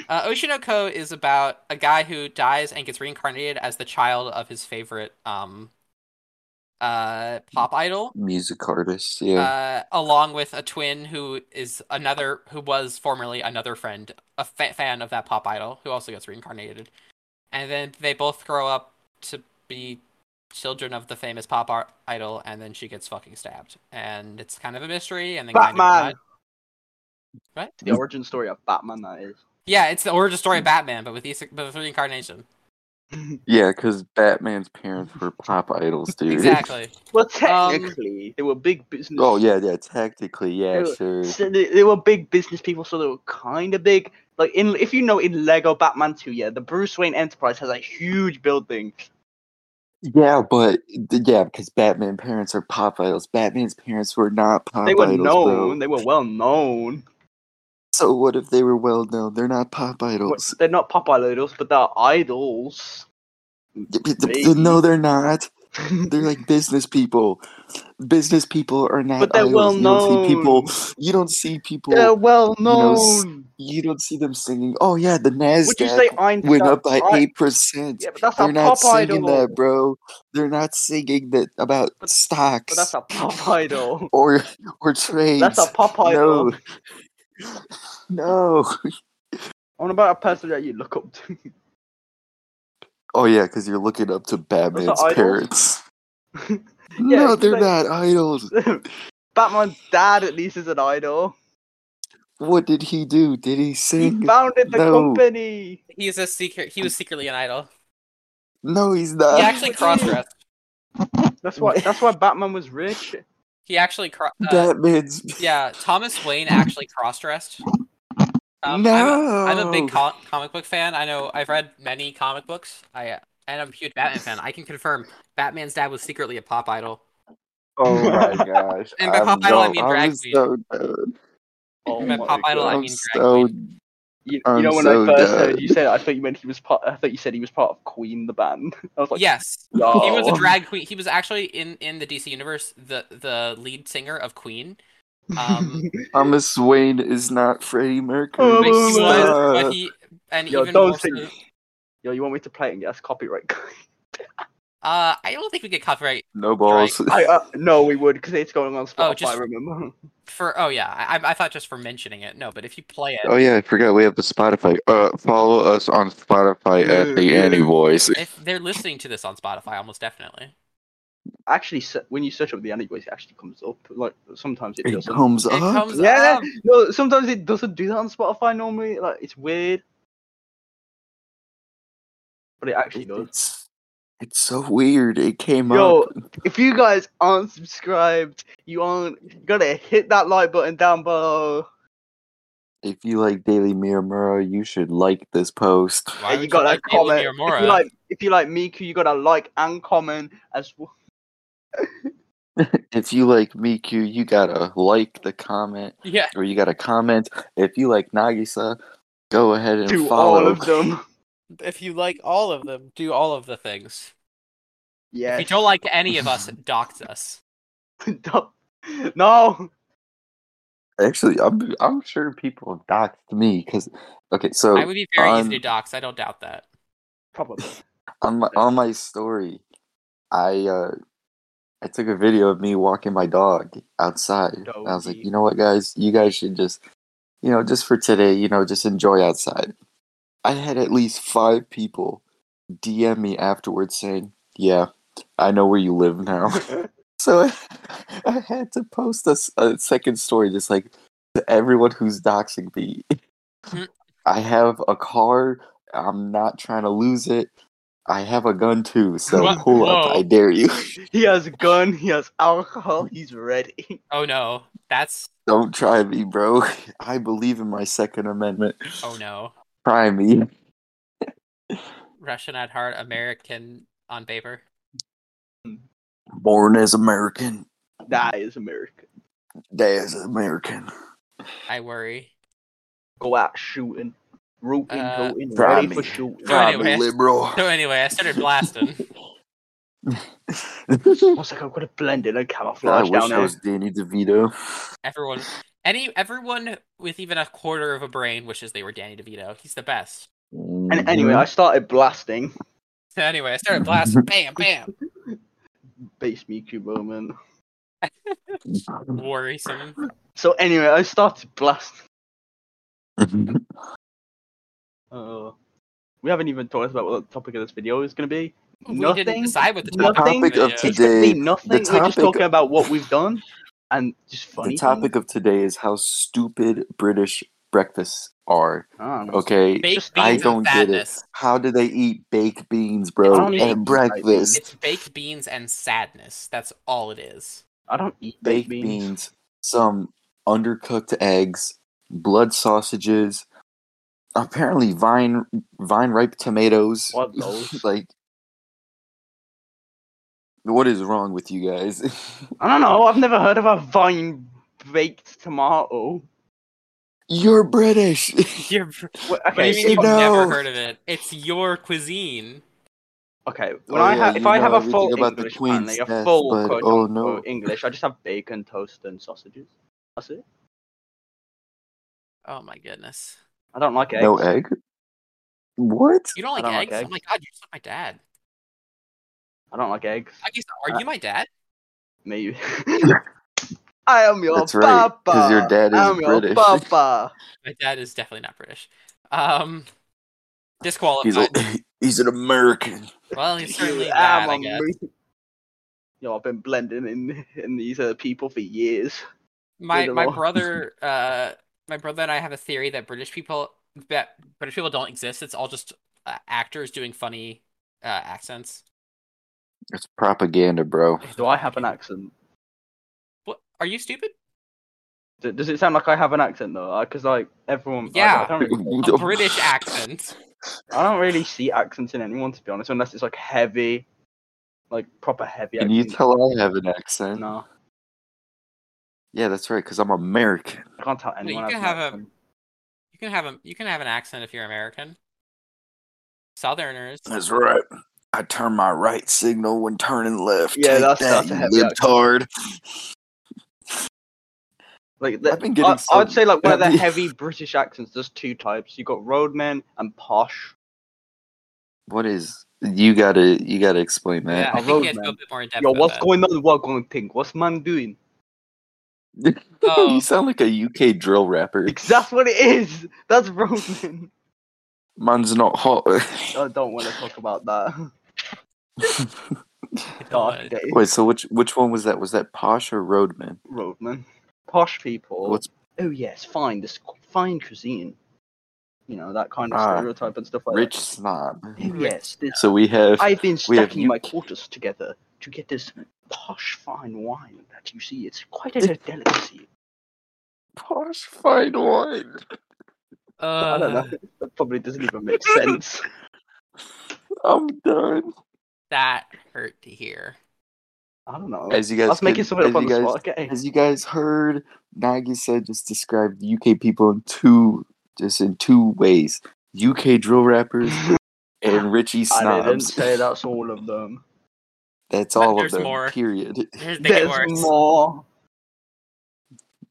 Speaker 3: Uh, Oshinoko is about a guy who dies and gets reincarnated as the child of his favorite um, uh, pop idol,
Speaker 4: Music artist. Yeah.
Speaker 3: uh, along with a twin who is another who was formerly another friend, a fa- fan of that pop idol who also gets reincarnated, and then they both grow up to be children of the famous pop art idol, and then she gets fucking stabbed, and it's kind of a mystery, and then kind of
Speaker 2: Batman.
Speaker 3: not. What?
Speaker 2: The origin story of Batman. That is.
Speaker 3: yeah, it's the origin story of Batman, but with these, but with reincarnation,
Speaker 4: yeah, because Batman's parents were pop idols, dude.
Speaker 3: exactly.
Speaker 2: Well,
Speaker 3: Um,
Speaker 2: technically, they were big business.
Speaker 4: Oh yeah, yeah. Technically, yeah,
Speaker 2: Dude,
Speaker 4: sure.
Speaker 2: So they, they were big business people, so they were kind of big. Like in, if you know, in Lego Batman Two, yeah, the Bruce Wayne Enterprise has a huge building.
Speaker 4: Yeah, but yeah, because Batman parents are pop idols. Batman's parents were not pop
Speaker 2: They were
Speaker 4: idols, bro.
Speaker 2: known. They were well known.
Speaker 4: So what if they were well known? They're not pop
Speaker 2: Well,
Speaker 4: idols.
Speaker 2: They're not pop idols, but they're idols.
Speaker 4: D- d- d-
Speaker 2: maybe.
Speaker 4: No, they're not. They're like business people. Business people are not
Speaker 2: But they're
Speaker 4: idols.
Speaker 2: well
Speaker 4: you don't see people. You don't see people.
Speaker 2: they're well
Speaker 4: you know, s-
Speaker 2: known.
Speaker 4: You don't see them singing. Oh yeah, the Nasdaq
Speaker 2: Would you say Einstein?
Speaker 4: went up by
Speaker 2: I-
Speaker 4: eight percent.
Speaker 2: Yeah, but that's
Speaker 4: They're
Speaker 2: a
Speaker 4: not
Speaker 2: pop
Speaker 4: singing
Speaker 2: idol.
Speaker 4: that, bro. They're not singing that about
Speaker 2: But- But
Speaker 4: stocks
Speaker 2: that's a pop idol.
Speaker 4: or or trades.
Speaker 2: That's a pop idol.
Speaker 4: no. no.
Speaker 2: What about a person that you look up to?
Speaker 4: Oh yeah, because you're looking up to Batman's
Speaker 2: idols?
Speaker 4: parents.
Speaker 2: Yeah,
Speaker 4: no,
Speaker 2: it's
Speaker 4: they're
Speaker 2: like-
Speaker 4: not idols.
Speaker 2: Batman's dad, at least, is an idol.
Speaker 4: What did he do? Did he
Speaker 2: He
Speaker 4: sing?
Speaker 2: founded the
Speaker 4: Mm-hmm. No.
Speaker 2: company.
Speaker 3: He's a secret. He was secretly an idol.
Speaker 4: No, he's not.
Speaker 3: He actually cross-dressed.
Speaker 2: That's why. That's why Batman was rich.
Speaker 3: He actually cro- uh,
Speaker 4: Batman's.
Speaker 3: yeah. Thomas Wayne actually cross-dressed. Um,
Speaker 4: no.
Speaker 3: I'm a- I'm a
Speaker 2: Oh.
Speaker 3: big co- comic book fan. I know I've read many comic books. I uh, and I'm a huge Batman fan. I can confirm Batman's dad was secretly a pop idol.
Speaker 4: Oh my gosh.
Speaker 3: And by
Speaker 4: I'm
Speaker 3: pop idol, I mean
Speaker 4: dumb.
Speaker 3: drag
Speaker 4: I'm
Speaker 3: queen.
Speaker 4: so dumb.
Speaker 2: Oh
Speaker 3: By
Speaker 2: my
Speaker 3: pop idol, I
Speaker 4: I'm
Speaker 3: mean drag
Speaker 4: so.
Speaker 3: queen.
Speaker 2: You, you
Speaker 4: I'm
Speaker 2: know, when I
Speaker 4: so
Speaker 2: first heard
Speaker 4: done.
Speaker 2: you say that, I thought you meant he was part. I thought you said he was part of Queen, the band. I was like,
Speaker 3: yes,
Speaker 2: no.
Speaker 3: he was a drag queen. He was actually in in the DC universe the the lead singer of Queen. Um,
Speaker 4: Thomas Wayne is not Freddie Mercury.
Speaker 2: Oh,
Speaker 3: but he was,
Speaker 4: Uh,
Speaker 3: but he and
Speaker 2: Yo,
Speaker 3: even
Speaker 2: don't
Speaker 3: more.
Speaker 2: sing.
Speaker 3: so-
Speaker 2: Yo, you want me to play it and get us copyright?
Speaker 3: uh, I don't think we get copyright
Speaker 4: no balls.
Speaker 2: I uh, no, we would because it's going on Spotify.
Speaker 3: Oh, just-
Speaker 2: Remember?
Speaker 3: for. Oh yeah, I I- I thought just for mentioning it. No, but if you play it,
Speaker 4: Oh yeah, I forgot we have the Spotify. Uh, follow us on Spotify at the
Speaker 2: Yeah.
Speaker 4: Annie Voice.
Speaker 3: if they're listening to this on Spotify, almost definitely.
Speaker 2: Actually, se- when you search up the anyways, it actually comes up. Like sometimes it
Speaker 4: It
Speaker 2: doesn't.
Speaker 4: comes
Speaker 3: It
Speaker 4: up.
Speaker 3: comes
Speaker 2: Yeah,
Speaker 3: up.
Speaker 2: no, sometimes it doesn't do that on Spotify normally. Like it's weird, but it actually
Speaker 4: It-
Speaker 2: does.
Speaker 4: it's it's so weird. It came
Speaker 2: Yo,
Speaker 4: up.
Speaker 2: if you guys aren't subscribed, you aren't you gotta hit that like button down below.
Speaker 4: If you like Daily Miramura, you should like this post.
Speaker 3: Why
Speaker 2: and
Speaker 3: would
Speaker 2: you gotta
Speaker 3: like Daily
Speaker 2: comment. If you
Speaker 3: Miramura?
Speaker 2: like if you like Miku, you gotta like and comment as well.
Speaker 4: If you like Miku, you gotta like the comment,
Speaker 3: Yeah,
Speaker 4: or you gotta comment. If you like Nagisa, go ahead and
Speaker 2: Do
Speaker 4: follow.
Speaker 2: all of them.
Speaker 3: if you like all of them, do all of the things.
Speaker 2: Yeah.
Speaker 3: If you don't like any of us, dox us.
Speaker 2: no.
Speaker 4: Actually, I'm I'm sure people doxed me because okay, so um,
Speaker 3: I would be very
Speaker 4: on-
Speaker 3: easy to dox. I don't doubt that.
Speaker 2: Probably.
Speaker 4: on my on my story, I uh, I took a video of me walking my dog outside. And I was like,
Speaker 2: Doggy.
Speaker 4: you know what, guys, you guys should just, you know, just for today, you know, just enjoy outside. I had at least five people DM me afterwards saying, "Yeah, I know where you live now." so I, I had to post a, s- a second story, just like to everyone who's doxing me.
Speaker 3: Mhm.
Speaker 4: I have a car. I'm not trying to lose it. I have a gun too, so
Speaker 3: What?
Speaker 4: pull up.
Speaker 3: Whoa.
Speaker 4: I dare you.
Speaker 2: he has a gun. He has alcohol. He's ready.
Speaker 3: Oh no, that's
Speaker 4: Don't try me, bro. I believe in my Second Amendment.
Speaker 3: oh no,
Speaker 4: Try me.
Speaker 3: Russian at heart, American on paper.
Speaker 4: Born as American,
Speaker 2: That is America.
Speaker 4: dead as American.
Speaker 3: I worry.
Speaker 2: Go out shooting, rooting,
Speaker 3: Uh,
Speaker 2: hooting,
Speaker 4: Try
Speaker 2: ready
Speaker 4: me.
Speaker 2: for shooting.
Speaker 3: Try
Speaker 4: Try
Speaker 3: me,
Speaker 4: me,
Speaker 3: anyway.
Speaker 4: liberal.
Speaker 3: So anyway, I started blasting.
Speaker 2: I was like, I'm gonna blend in and
Speaker 4: I
Speaker 2: camouflage down
Speaker 4: wish I
Speaker 2: there.
Speaker 4: was Danny DeVito.
Speaker 3: everyone, any everyone with even a quarter of a brain wishes they were Danny DeVito. He's the best.
Speaker 2: And anyway, I started blasting.
Speaker 3: So anyway, I started blasting. bam, bam.
Speaker 2: Base Miku moment.
Speaker 3: Worrisome.
Speaker 2: So anyway, I started blasting.
Speaker 4: Mm-hmm.
Speaker 2: Uh, we haven't even talked about what the topic of this video is gonna be.
Speaker 3: We didn't
Speaker 2: Nothing.
Speaker 3: decide what the
Speaker 4: the
Speaker 3: topic,
Speaker 2: Nothing.
Speaker 4: topic of
Speaker 3: is.
Speaker 2: It's gonna be
Speaker 4: today.
Speaker 2: nothing.
Speaker 4: the
Speaker 2: We're just
Speaker 4: topic-
Speaker 2: talking about what we've done and just funny.
Speaker 4: The topic of today is how stupid British breakfasts are.
Speaker 2: things. Ah, no.
Speaker 4: Okay,
Speaker 3: Baked
Speaker 2: just-
Speaker 4: I
Speaker 3: beans
Speaker 4: don't get
Speaker 3: and
Speaker 4: it.
Speaker 3: sadness.
Speaker 4: how do they eat baked beans,
Speaker 2: I
Speaker 4: bro,
Speaker 2: don't even
Speaker 4: at
Speaker 2: eat
Speaker 4: breakfast?
Speaker 3: It's baked beans and sadness. That's all it is.
Speaker 2: I don't eat
Speaker 4: baked beans. some undercooked eggs, blood sausages, apparently vine vine ripe tomatoes.
Speaker 2: What those?
Speaker 4: like what is wrong with you guys?
Speaker 2: I don't know. I've never heard of a vine baked tomato.
Speaker 4: You're British.
Speaker 3: You're,
Speaker 2: Wait,
Speaker 3: what do
Speaker 2: okay,
Speaker 3: you mean
Speaker 2: if,
Speaker 3: you've
Speaker 4: no.
Speaker 3: never heard of it? It's your cuisine.
Speaker 2: okay. When
Speaker 4: Oh,
Speaker 2: I
Speaker 4: yeah,
Speaker 2: have, if
Speaker 4: you
Speaker 2: I have
Speaker 4: know
Speaker 2: a full
Speaker 4: everything about the
Speaker 2: English
Speaker 4: Queen's
Speaker 2: pan, like a
Speaker 4: death,
Speaker 2: full
Speaker 4: but
Speaker 2: quote
Speaker 4: oh,
Speaker 2: unquote
Speaker 4: no.
Speaker 2: English, I just have bacon, toast, and sausages. That's it.
Speaker 3: Oh my goodness.
Speaker 2: I don't like eggs.
Speaker 4: no egg? What?
Speaker 3: You don't like
Speaker 2: don't like
Speaker 3: eggs?
Speaker 2: eggs.
Speaker 3: Oh my god, you're just like my dad.
Speaker 2: I don't like eggs.
Speaker 3: I guess are you my dad?
Speaker 2: Maybe. I am your
Speaker 4: That's right, 'cause
Speaker 2: papa.
Speaker 4: your dad is
Speaker 2: I'm your
Speaker 4: British.
Speaker 2: papa.
Speaker 3: My dad is definitely not British. Um, disqualified.
Speaker 4: He's a, he's an American.
Speaker 3: well, he's certainly
Speaker 2: You
Speaker 3: that.
Speaker 2: am
Speaker 3: I guess.
Speaker 2: amazing. Yo, I've been blending in in these uh, people for years.
Speaker 3: My my
Speaker 2: miserable.
Speaker 3: brother, uh, my brother and I have a theory that British people that British people don't exist. It's all just uh, actors doing funny uh, accents.
Speaker 4: It's propaganda, bro.
Speaker 2: Do I have an accent?
Speaker 3: What are you stupid?
Speaker 2: D- Does it sound like I have an accent though? Because like everyone, I-
Speaker 3: Yeah.
Speaker 2: I, don't really,
Speaker 3: A British accent.
Speaker 2: I don't really see accents in anyone to be honest, unless it's like heavy, like proper heavy.
Speaker 4: Can you
Speaker 2: accent.
Speaker 4: tell I have an accent?
Speaker 2: No,
Speaker 4: Yeah, that's right, because I'm American.
Speaker 2: I can't tell anyone.
Speaker 3: you
Speaker 2: I
Speaker 3: can
Speaker 2: have an
Speaker 3: have a-
Speaker 2: accent.
Speaker 3: You can have a you can have an accent if you're American. Southerners.
Speaker 4: That's right. I turn my right signal when turning left.
Speaker 2: Yeah,
Speaker 4: Take
Speaker 2: that's-
Speaker 4: that,
Speaker 2: that's a
Speaker 4: you
Speaker 2: heavy accent.
Speaker 4: libtard.
Speaker 2: Like the,
Speaker 4: I've been getting
Speaker 2: I,
Speaker 4: some-
Speaker 2: I'd say like one of the
Speaker 4: heavy-
Speaker 2: heavy British accents. There's two types. You got roadmen and posh.
Speaker 4: What is? You gotta, you gotta explain
Speaker 3: Yeah,
Speaker 4: that.
Speaker 3: I
Speaker 2: a
Speaker 3: think you have to go a
Speaker 2: roadman.
Speaker 3: bit more in depth.
Speaker 2: Yo,
Speaker 3: on
Speaker 2: what's
Speaker 3: that.
Speaker 2: going on? What going thing? What's man doing?
Speaker 3: Oh.
Speaker 2: Um,
Speaker 4: you sound like a UK drill rapper.
Speaker 2: That's what it is. That's roadman.
Speaker 4: Man's not hot.
Speaker 2: I don't want to talk about that.
Speaker 3: I don't wanna-
Speaker 2: Dark day.
Speaker 4: Wait, so which which one was that? Was that Posh or Roadman?
Speaker 2: Roadman. Posh people.
Speaker 4: What's
Speaker 2: oh yes, fine, this cu- fine cuisine. You know that kind of
Speaker 4: Ah,
Speaker 2: stereotype and stuff like
Speaker 4: Rich Snob?
Speaker 2: that. Oh, yes, this,
Speaker 4: So we have.
Speaker 2: I've been
Speaker 4: we have
Speaker 2: stacking
Speaker 4: you-
Speaker 2: my quarters together to get this posh fine wine that you see. It's quite a delicacy.
Speaker 4: Posh fine wine.
Speaker 2: I don't
Speaker 3: Uh,
Speaker 2: know. That probably doesn't even make sense.
Speaker 4: I'm done.
Speaker 3: that hurt to hear.
Speaker 2: I don't know.
Speaker 4: As you guys,
Speaker 2: I was making
Speaker 4: can-
Speaker 2: something
Speaker 4: as
Speaker 2: up on
Speaker 4: you
Speaker 2: the
Speaker 4: guys,
Speaker 2: spot. Okay.
Speaker 4: As you guys heard, Nagisa just described UK people in two, just in two ways: UK drill rappers and Richie
Speaker 2: I didn't
Speaker 4: snobs.
Speaker 2: say that's all of them.
Speaker 4: That's
Speaker 3: No,
Speaker 4: all of
Speaker 3: there's
Speaker 4: them.
Speaker 3: more.
Speaker 4: Period.
Speaker 3: There's, they get
Speaker 2: There's
Speaker 3: worse.
Speaker 2: more.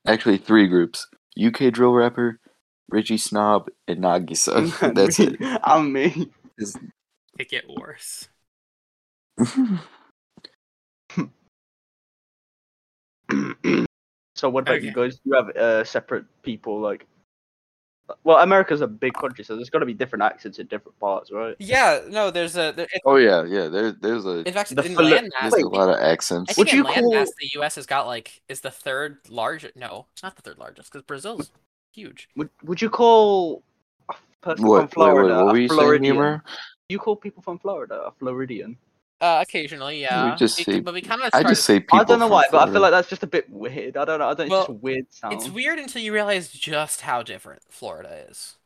Speaker 4: Actually, three groups: UK drill rapper, Richie snob, and Nagisa. That's it.
Speaker 2: And me.
Speaker 3: to get worse.
Speaker 2: so what about
Speaker 3: Okay.
Speaker 2: you guys? Do you have uh, separate people like? Well, America's a big country, so there's got to be different accents in different parts, right?
Speaker 3: Yeah, no, there's a. There, it,
Speaker 4: oh yeah, yeah. There, there's a
Speaker 3: in fact,
Speaker 2: The
Speaker 3: in
Speaker 2: Phili-
Speaker 3: land mass,
Speaker 4: there's a lot of
Speaker 3: I
Speaker 4: accents.
Speaker 3: think
Speaker 2: Would
Speaker 3: in
Speaker 2: you
Speaker 3: land
Speaker 2: call-
Speaker 3: mass, the U.S. has got like is the third largest. No, it's not the third largest because Brazil's huge.
Speaker 2: Would Would you call a person from
Speaker 4: What? Wait, wait,
Speaker 2: Florida
Speaker 4: what were
Speaker 2: a
Speaker 4: you saying,
Speaker 2: Floridian?
Speaker 4: Humor?
Speaker 2: You call people from Florida a Floridian?
Speaker 3: Uh, occasionally, yeah.
Speaker 4: just
Speaker 3: We-
Speaker 4: say-
Speaker 3: but we kind of
Speaker 4: I just say people.
Speaker 2: I don't know
Speaker 4: from
Speaker 2: why, but I feel
Speaker 4: Florida.
Speaker 2: like that's just a bit weird. I don't know. I don't. It's just a
Speaker 3: Well,
Speaker 2: weird sound.
Speaker 3: It's weird until you realize just how different Florida is,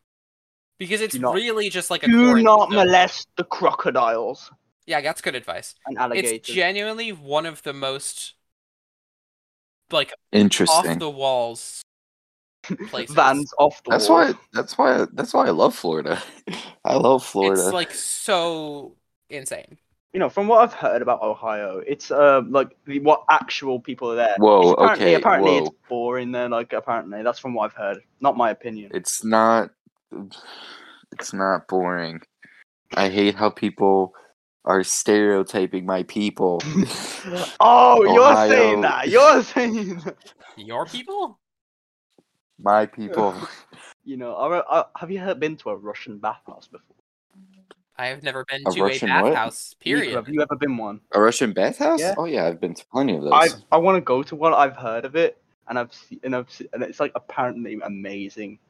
Speaker 3: because it's
Speaker 2: Do not-
Speaker 3: really just like a.
Speaker 2: Do
Speaker 3: quarantine
Speaker 2: not
Speaker 3: zone.
Speaker 2: molest the crocodiles
Speaker 3: Yeah, that's good advice.
Speaker 2: and
Speaker 3: It's
Speaker 2: alligators.
Speaker 3: genuinely one of the most like off
Speaker 4: interesting.
Speaker 3: the walls places.
Speaker 2: Vans off the
Speaker 4: That's
Speaker 2: wall.
Speaker 4: why. That's why. That's why I love Florida. I love Florida.
Speaker 3: It's like so insane.
Speaker 2: you know, from what I've heard about Ohio, it's uh, like the, what actual people are there.
Speaker 4: Whoa,
Speaker 2: It's apparently,
Speaker 4: okay,
Speaker 2: apparently it's
Speaker 4: whoa.
Speaker 2: boring there. Like apparently, that's from what I've heard. Not my opinion.
Speaker 4: it's not. It's not boring. I hate how people are stereotyping my people.
Speaker 2: oh, you're
Speaker 4: Ohio.
Speaker 2: saying that. You're saying that.
Speaker 3: Your people?
Speaker 4: my people.
Speaker 2: You know, I, I, have you heard, been to a Russian bathhouse before?
Speaker 3: I have never been
Speaker 4: A
Speaker 3: to
Speaker 4: Russian
Speaker 3: a
Speaker 4: what?
Speaker 3: bathhouse.
Speaker 2: Nico,
Speaker 3: Period.
Speaker 2: have you ever been one?
Speaker 4: A Russian bathhouse?
Speaker 2: Yeah.
Speaker 4: Oh yeah, I've been to plenty of those.
Speaker 2: I I want to go to one. I've heard of it, and I've seen, and I've seen, and it's like apparently amazing.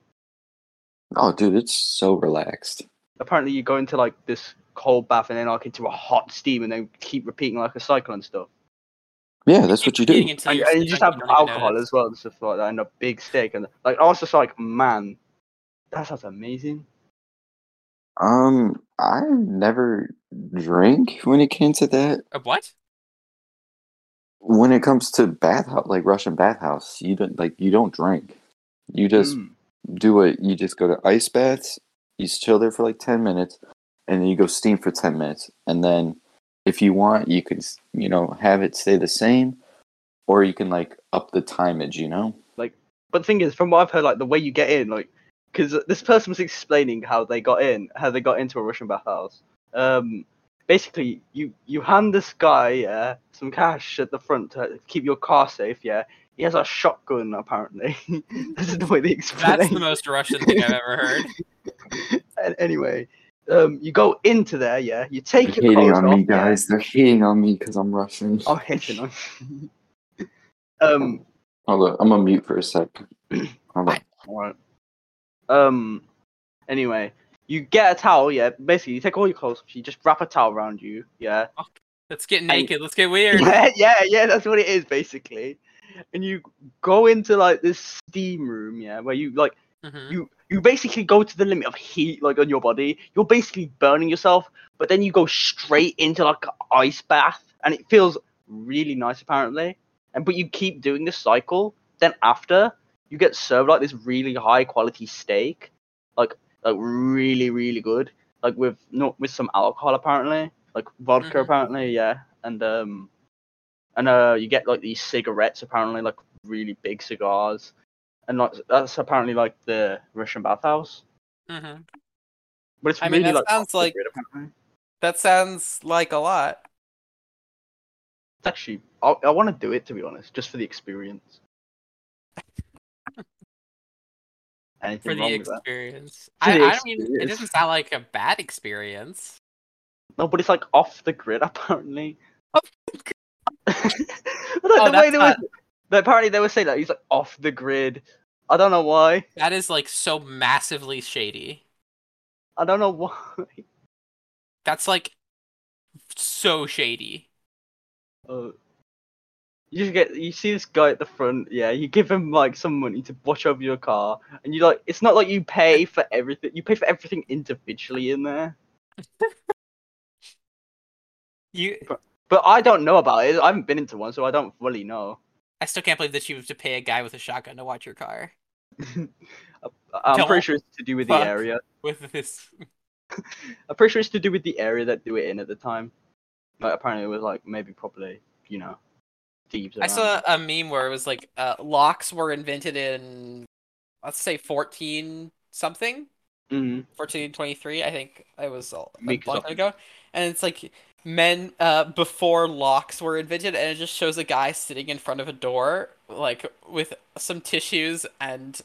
Speaker 4: Oh dude, it's so relaxed.
Speaker 2: Apparently, you go into like this cold bath and then like into a hot steam and then keep repeating like a cycle and stuff.
Speaker 4: Yeah, that's what you
Speaker 3: Eating
Speaker 4: do.
Speaker 3: until
Speaker 2: and,
Speaker 3: you're
Speaker 2: and you just
Speaker 3: sick and
Speaker 2: have
Speaker 3: you don't even
Speaker 2: alcohol
Speaker 3: notice.
Speaker 2: as well and stuff like that, and a big steak, and like I was just like, man, that sounds amazing.
Speaker 4: Um, I never drink when it came to that.
Speaker 3: Uh, what?
Speaker 4: When it comes to bathhouse, like Russian bathhouse, you don't like you don't drink. You just
Speaker 2: Mm.
Speaker 4: do it. You just go to ice baths. You just chill there for like ten minutes, and then you go steam for ten minutes. And then, if you want, you could you know have it stay the same, or you can like up the timage. You know,
Speaker 2: But the thing is, from what I've heard, like the way you get in, like, because this person was explaining how they got in, how they got into a Russian bathhouse. Um, basically, you you hand this guy yeah some cash at the front to keep your car safe. Yeah, he has a shotgun apparently. this is the way they explain.
Speaker 3: That's the most Russian thing I've ever heard.
Speaker 2: A- anyway, um, you go into there. Yeah, you take
Speaker 4: they're
Speaker 2: your
Speaker 4: hating
Speaker 2: clothes
Speaker 4: on
Speaker 2: off,
Speaker 4: me,
Speaker 2: yeah. Oh.
Speaker 4: guys. They're hating on me because I'm Russian.
Speaker 2: I'm hitting on. um.
Speaker 4: Hold on, I'm on mute for a sec. Hold on.
Speaker 2: Alright. Um. Anyway, you get a towel. Yeah. Basically, you take all your clothes. off, You just wrap a towel around you. Yeah.
Speaker 3: Let's get naked. Let's get weird.
Speaker 2: Yeah. Yeah. Yeah. That's what it is basically. And you go into like this steam room. Yeah. Where you like
Speaker 3: Mhm.
Speaker 2: you you basically go to the limit of heat like on your body. You're basically burning yourself. But then you go straight into like an ice bath, and it feels really nice apparently. And but you keep doing this cycle. Then after you get served like this really high quality steak, like like really really good, like with not with some alcohol apparently, like vodka
Speaker 3: Mhm.
Speaker 2: apparently, yeah, and um, and uh, you get like these cigarettes apparently, like really big cigars, and like that's apparently like the Russian bathhouse,
Speaker 3: Mhm.
Speaker 2: but it's
Speaker 3: I mean,
Speaker 2: really
Speaker 3: that
Speaker 2: like
Speaker 3: sounds
Speaker 2: off the
Speaker 3: like-
Speaker 2: grid, apparently.
Speaker 3: That sounds like a lot.
Speaker 2: It's actually I, I want to do it to be honest, just for the experience. Anything
Speaker 3: for the
Speaker 2: wrong with that?
Speaker 3: experience.
Speaker 2: For
Speaker 3: I,
Speaker 2: the
Speaker 3: I don't even. It
Speaker 2: experience.
Speaker 3: doesn't sound like a bad experience.
Speaker 2: No, but it's like off the grid apparently.
Speaker 3: Off
Speaker 2: like,
Speaker 3: Oh,
Speaker 2: the way
Speaker 3: that's
Speaker 2: they were,
Speaker 3: not-
Speaker 2: they- apparently they were saying that he's like off the grid. I don't know why.
Speaker 3: That is like so massively shady.
Speaker 2: I don't know why.
Speaker 3: That's like so shady.
Speaker 2: Uh, you just get you see this guy at the front, yeah. You give him like some money to watch over your car, and you like it's not like you pay for everything. You pay for everything individually in there.
Speaker 3: You,
Speaker 2: But I don't know about it. I haven't been into one, so I don't really know.
Speaker 3: I still can't believe that you have to pay a guy with a shotgun to watch your car
Speaker 2: I'm
Speaker 3: Don't
Speaker 2: pretty sure it's to do with
Speaker 3: fuck.
Speaker 2: the area.
Speaker 3: with this.
Speaker 2: I'm pretty sure it's to do with the area that do it in at the time. Like apparently it was like maybe probably you know thieves.
Speaker 3: I
Speaker 2: Around.
Speaker 3: saw a meme where it was like uh, locks were invented in, let's say, fourteen something,
Speaker 2: Mm.
Speaker 3: 1423 i think i was a a
Speaker 2: Make
Speaker 3: long
Speaker 2: yourself-
Speaker 3: time ago and it's like men uh, before locks were invented and it just shows a guy sitting in front of a door like with some tissues and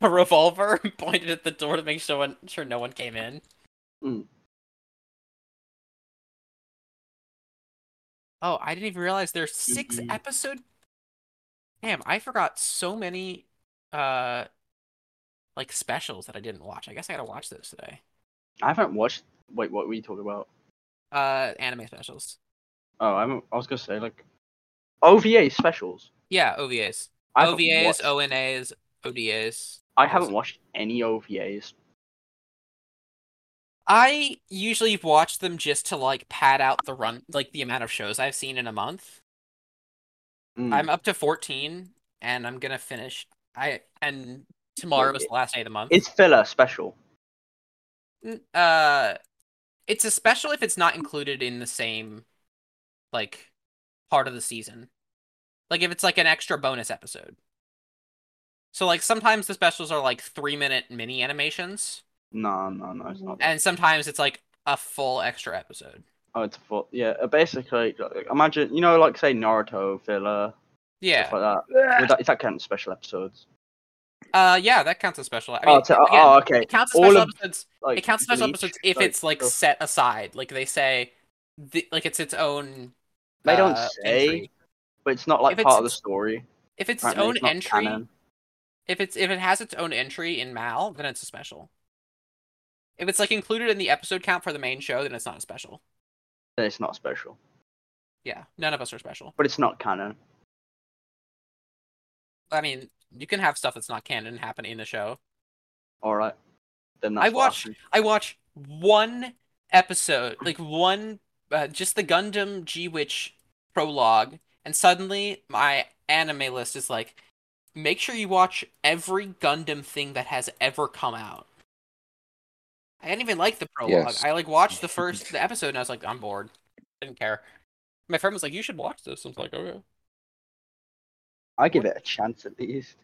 Speaker 3: a revolver pointed at the door to make sure, one, sure no one came in
Speaker 2: Mm.
Speaker 3: oh i didn't even realize there's six
Speaker 2: Mhm.
Speaker 3: episode damn i forgot so many uh like specials that i didn't watch i guess i gotta watch those today
Speaker 2: I haven't watched. Wait, what were you talking about?
Speaker 3: uh anime specials
Speaker 2: Oh, I haven't. I was gonna say like OVA specials.
Speaker 3: yeah ovas
Speaker 2: I haven't
Speaker 3: ovas
Speaker 2: watched-
Speaker 3: onas odas
Speaker 2: I haven't watched any OVAs.
Speaker 3: i usually watch them just to like pad out the run like the amount of shows i've seen in a month
Speaker 2: Mm.
Speaker 3: i'm up to 14 and i'm gonna finish i and tomorrow is the last day of the month
Speaker 2: It's filler special.
Speaker 3: N- uh it's a special if it's not included in the same like part of the season like if it's like an extra bonus episode so like sometimes the specials are like three minute mini animations
Speaker 2: No, no, no, it's not.
Speaker 3: and sometimes it's like a full extra episode
Speaker 2: Oh, it's a full. Yeah, uh, basically, like, imagine you know, like say Naruto filler,
Speaker 3: yeah
Speaker 2: stuff like that. Would that. Is that counting as special episodes?
Speaker 3: uh yeah that counts as special i mean
Speaker 2: oh, so-
Speaker 3: again,
Speaker 2: oh, okay.
Speaker 3: it counts as
Speaker 2: all
Speaker 3: special
Speaker 2: of,
Speaker 3: episodes
Speaker 2: Like, oh.
Speaker 3: it counts as special
Speaker 2: Bleach,
Speaker 3: episodes if it's like
Speaker 2: stuff.
Speaker 3: set aside like they say th- like it's its own
Speaker 2: They don't
Speaker 3: uh,
Speaker 2: say.
Speaker 3: entry.
Speaker 2: but it's not like
Speaker 3: if
Speaker 2: part of the
Speaker 3: it's-
Speaker 2: story.
Speaker 3: if it's its
Speaker 2: apparently,
Speaker 3: own
Speaker 2: not
Speaker 3: entry
Speaker 2: canon.
Speaker 3: If it's if it has its own entry in Mal, then it's a special. If it's like included in the episode count for the main show, then it's not a special.
Speaker 2: Then it's not special,
Speaker 3: Yeah, none of us are special.
Speaker 2: but it's not canon.
Speaker 3: I mean, you can have stuff that's not canon happen in the show.
Speaker 2: All right. Then
Speaker 3: I
Speaker 2: that's what
Speaker 3: watched-
Speaker 2: happened.
Speaker 3: I watch one episode, like one, uh, just the Gundam G Witch prologue, and suddenly my anime list is like, make sure you watch every Gundam thing that has ever come out. I didn't even like the prologue.
Speaker 4: Yes.
Speaker 3: I like watched the first the episode and I was like, I'm bored. didn't care. My friend was like, you should watch this. I was like, okay.
Speaker 2: I give it a chance at least.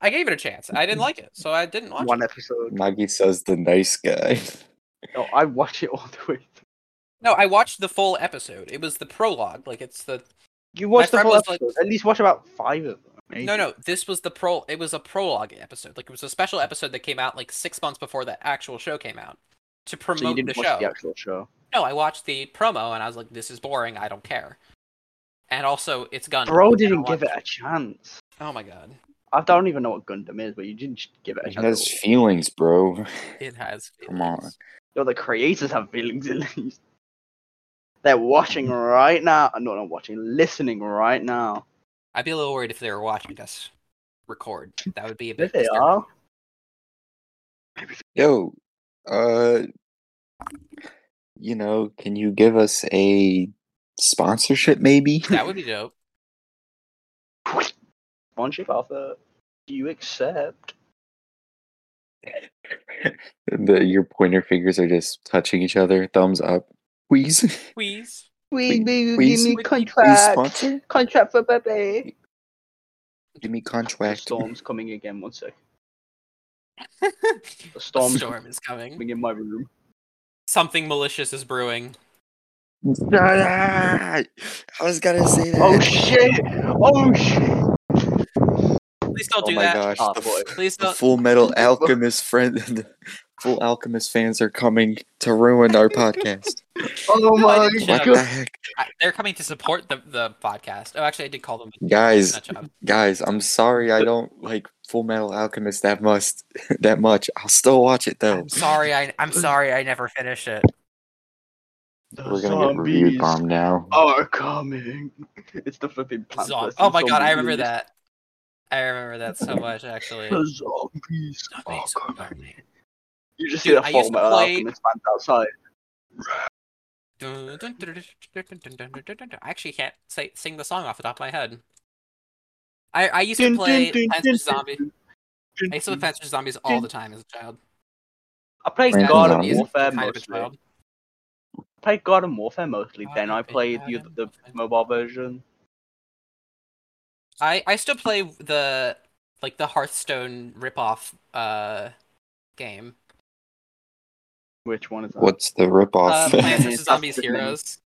Speaker 3: I gave it a chance. I didn't like it, so I didn't watch
Speaker 2: One
Speaker 3: it.
Speaker 2: episode.
Speaker 4: Nagi says the nice guy.
Speaker 2: No, I watch it all the way. through.
Speaker 3: No, I watched the full episode. It was the prologue. Like it's the
Speaker 2: You watch the
Speaker 3: friend
Speaker 2: whole
Speaker 3: was like-
Speaker 2: episode. At least watch about five of them. maybe.
Speaker 3: No, no, this was the pro. It was a prologue episode. Like it was a special episode that came out like six months before the actual show came out to promote
Speaker 2: So you didn't
Speaker 3: the
Speaker 2: watch
Speaker 3: show.
Speaker 2: the actual show.
Speaker 3: no, I watched the promo and I was like, "This is boring. I don't care." And also, it's Gundam. I
Speaker 2: Bro
Speaker 3: don't
Speaker 2: didn't give it
Speaker 3: watch-
Speaker 2: a chance.
Speaker 3: Oh my god,
Speaker 2: I don't even know what Gundam is, but you didn't sh- give it a
Speaker 4: He
Speaker 2: chance.
Speaker 4: has
Speaker 2: at all.
Speaker 4: feelings, bro.
Speaker 3: it has.
Speaker 4: Come on.
Speaker 3: feelings.
Speaker 2: Yo, the creators have feelings at least. They're watching right now. No, not watching. Listening right now.
Speaker 3: I'd be a little worried if they were watching us record. That would be a
Speaker 2: There
Speaker 3: bit.
Speaker 2: they
Speaker 3: disturbing.
Speaker 2: are.
Speaker 4: Yo, uh, you know, can you give us a sponsorship, maybe?
Speaker 3: That would be dope.
Speaker 2: Sponsorship offer. Do you accept?
Speaker 4: the, your pointer fingers are just touching each other. Thumbs up. Please,
Speaker 3: Please.
Speaker 4: Please,
Speaker 2: baby,
Speaker 4: please,
Speaker 3: please
Speaker 4: please sponsor.
Speaker 2: Contract for baby.
Speaker 4: Give me
Speaker 2: The
Speaker 4: contract.
Speaker 2: storm's coming again. One sec. The
Speaker 3: A
Speaker 2: storm's
Speaker 3: storm is coming.
Speaker 2: coming in my room.
Speaker 3: Something malicious is brewing.
Speaker 4: I was gonna say that.
Speaker 2: Oh shit! Oh shit!
Speaker 3: Please don't
Speaker 4: Oh
Speaker 3: do
Speaker 4: my
Speaker 3: that.
Speaker 4: gosh!
Speaker 2: Ah,
Speaker 4: the,
Speaker 2: boy.
Speaker 4: f-
Speaker 3: Please
Speaker 4: the
Speaker 3: don't.
Speaker 4: Full Metal Alchemist friend, the Full Alchemist fans are coming to ruin our podcast.
Speaker 2: Oh
Speaker 3: No, I
Speaker 2: my
Speaker 3: didn't
Speaker 4: what
Speaker 3: Shut up.
Speaker 2: god!
Speaker 4: the heck,
Speaker 3: I, they're coming to support the the podcast. Oh, actually, I did call them
Speaker 4: guys?
Speaker 3: nut job.
Speaker 4: Guys, I'm sorry I don't like Full Metal Alchemist that much. That much. I'll still watch it though.
Speaker 3: I'm sorry. I I'm sorry. I never finished it.
Speaker 2: The
Speaker 4: We're gonna get reviewed
Speaker 2: zombies
Speaker 4: bomb now.
Speaker 2: Are coming. It's the flipping plant.
Speaker 3: Zom-
Speaker 2: versus
Speaker 3: oh my god, I
Speaker 2: zombies.
Speaker 3: remember that. I remember that so much. Actually,
Speaker 2: The zombies are
Speaker 3: Zombies are
Speaker 2: coming.
Speaker 3: coming.
Speaker 2: You just
Speaker 3: Dude,
Speaker 2: hear the
Speaker 3: I
Speaker 2: full
Speaker 3: used to
Speaker 2: metal
Speaker 3: play-
Speaker 2: alchemist fans outside.
Speaker 3: Dun, dun, dun, dun, dun, dun, dun, dun, dun, dun, dun. I actually can't say, sing the song off the top of my head. I, I used to
Speaker 2: Dun,
Speaker 3: play
Speaker 2: dun, dun,
Speaker 3: Plants
Speaker 2: dun,
Speaker 3: vs Zombies.
Speaker 2: dun, dun,
Speaker 3: I used to play
Speaker 2: dun.
Speaker 3: Plants vs Zombies all the time as a child.
Speaker 2: I played
Speaker 4: Plants
Speaker 2: Garden
Speaker 4: Zombies.
Speaker 2: Warfare
Speaker 3: Kind of a
Speaker 2: mostly.
Speaker 3: child.
Speaker 2: I played Garden Warfare mostly. Then
Speaker 3: Garden
Speaker 2: I played the,
Speaker 3: Warfare,
Speaker 2: the
Speaker 3: Garden
Speaker 2: mobile version.
Speaker 3: I I still play the like the Hearthstone ripoff uh game.
Speaker 2: Which one is that?
Speaker 4: What's the ripoff? Oh,
Speaker 3: Uh,
Speaker 4: off?
Speaker 3: Plants
Speaker 2: Planet-
Speaker 3: vs Zombies Heroes.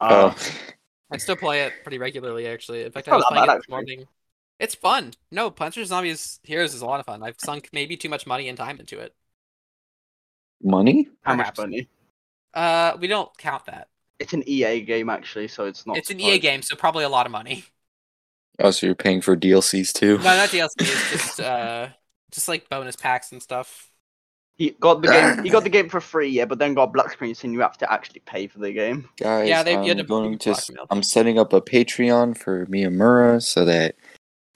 Speaker 2: Uh,
Speaker 3: I still play it pretty regularly, actually. In fact,
Speaker 2: It's
Speaker 3: I was
Speaker 2: not
Speaker 3: playing
Speaker 2: bad,
Speaker 3: it this
Speaker 2: actually.
Speaker 3: morning. It's fun. No, Plants vs Zombies Heroes is a lot of fun. I've sunk maybe too much money and time into it.
Speaker 4: money?
Speaker 2: how much
Speaker 3: perhaps.
Speaker 2: money?
Speaker 3: Uh, we don't count that.
Speaker 2: It's an EA game actually, so Oh, it's not.
Speaker 3: it's an EA
Speaker 2: surprising.
Speaker 3: game, so probably a lot of money.
Speaker 4: Oh, so you're paying for DLCs too?
Speaker 3: No, not DLC. It's just uh, just like bonus packs and stuff.
Speaker 2: He got the game. He got the game for free, yeah, but then got black screen, so you have to actually pay for the game.
Speaker 4: Guys,
Speaker 3: Yeah, they- you
Speaker 4: I'm
Speaker 3: had to
Speaker 4: going to. s-
Speaker 3: blackmail.
Speaker 4: I'm setting up a Patreon for Miyamura so that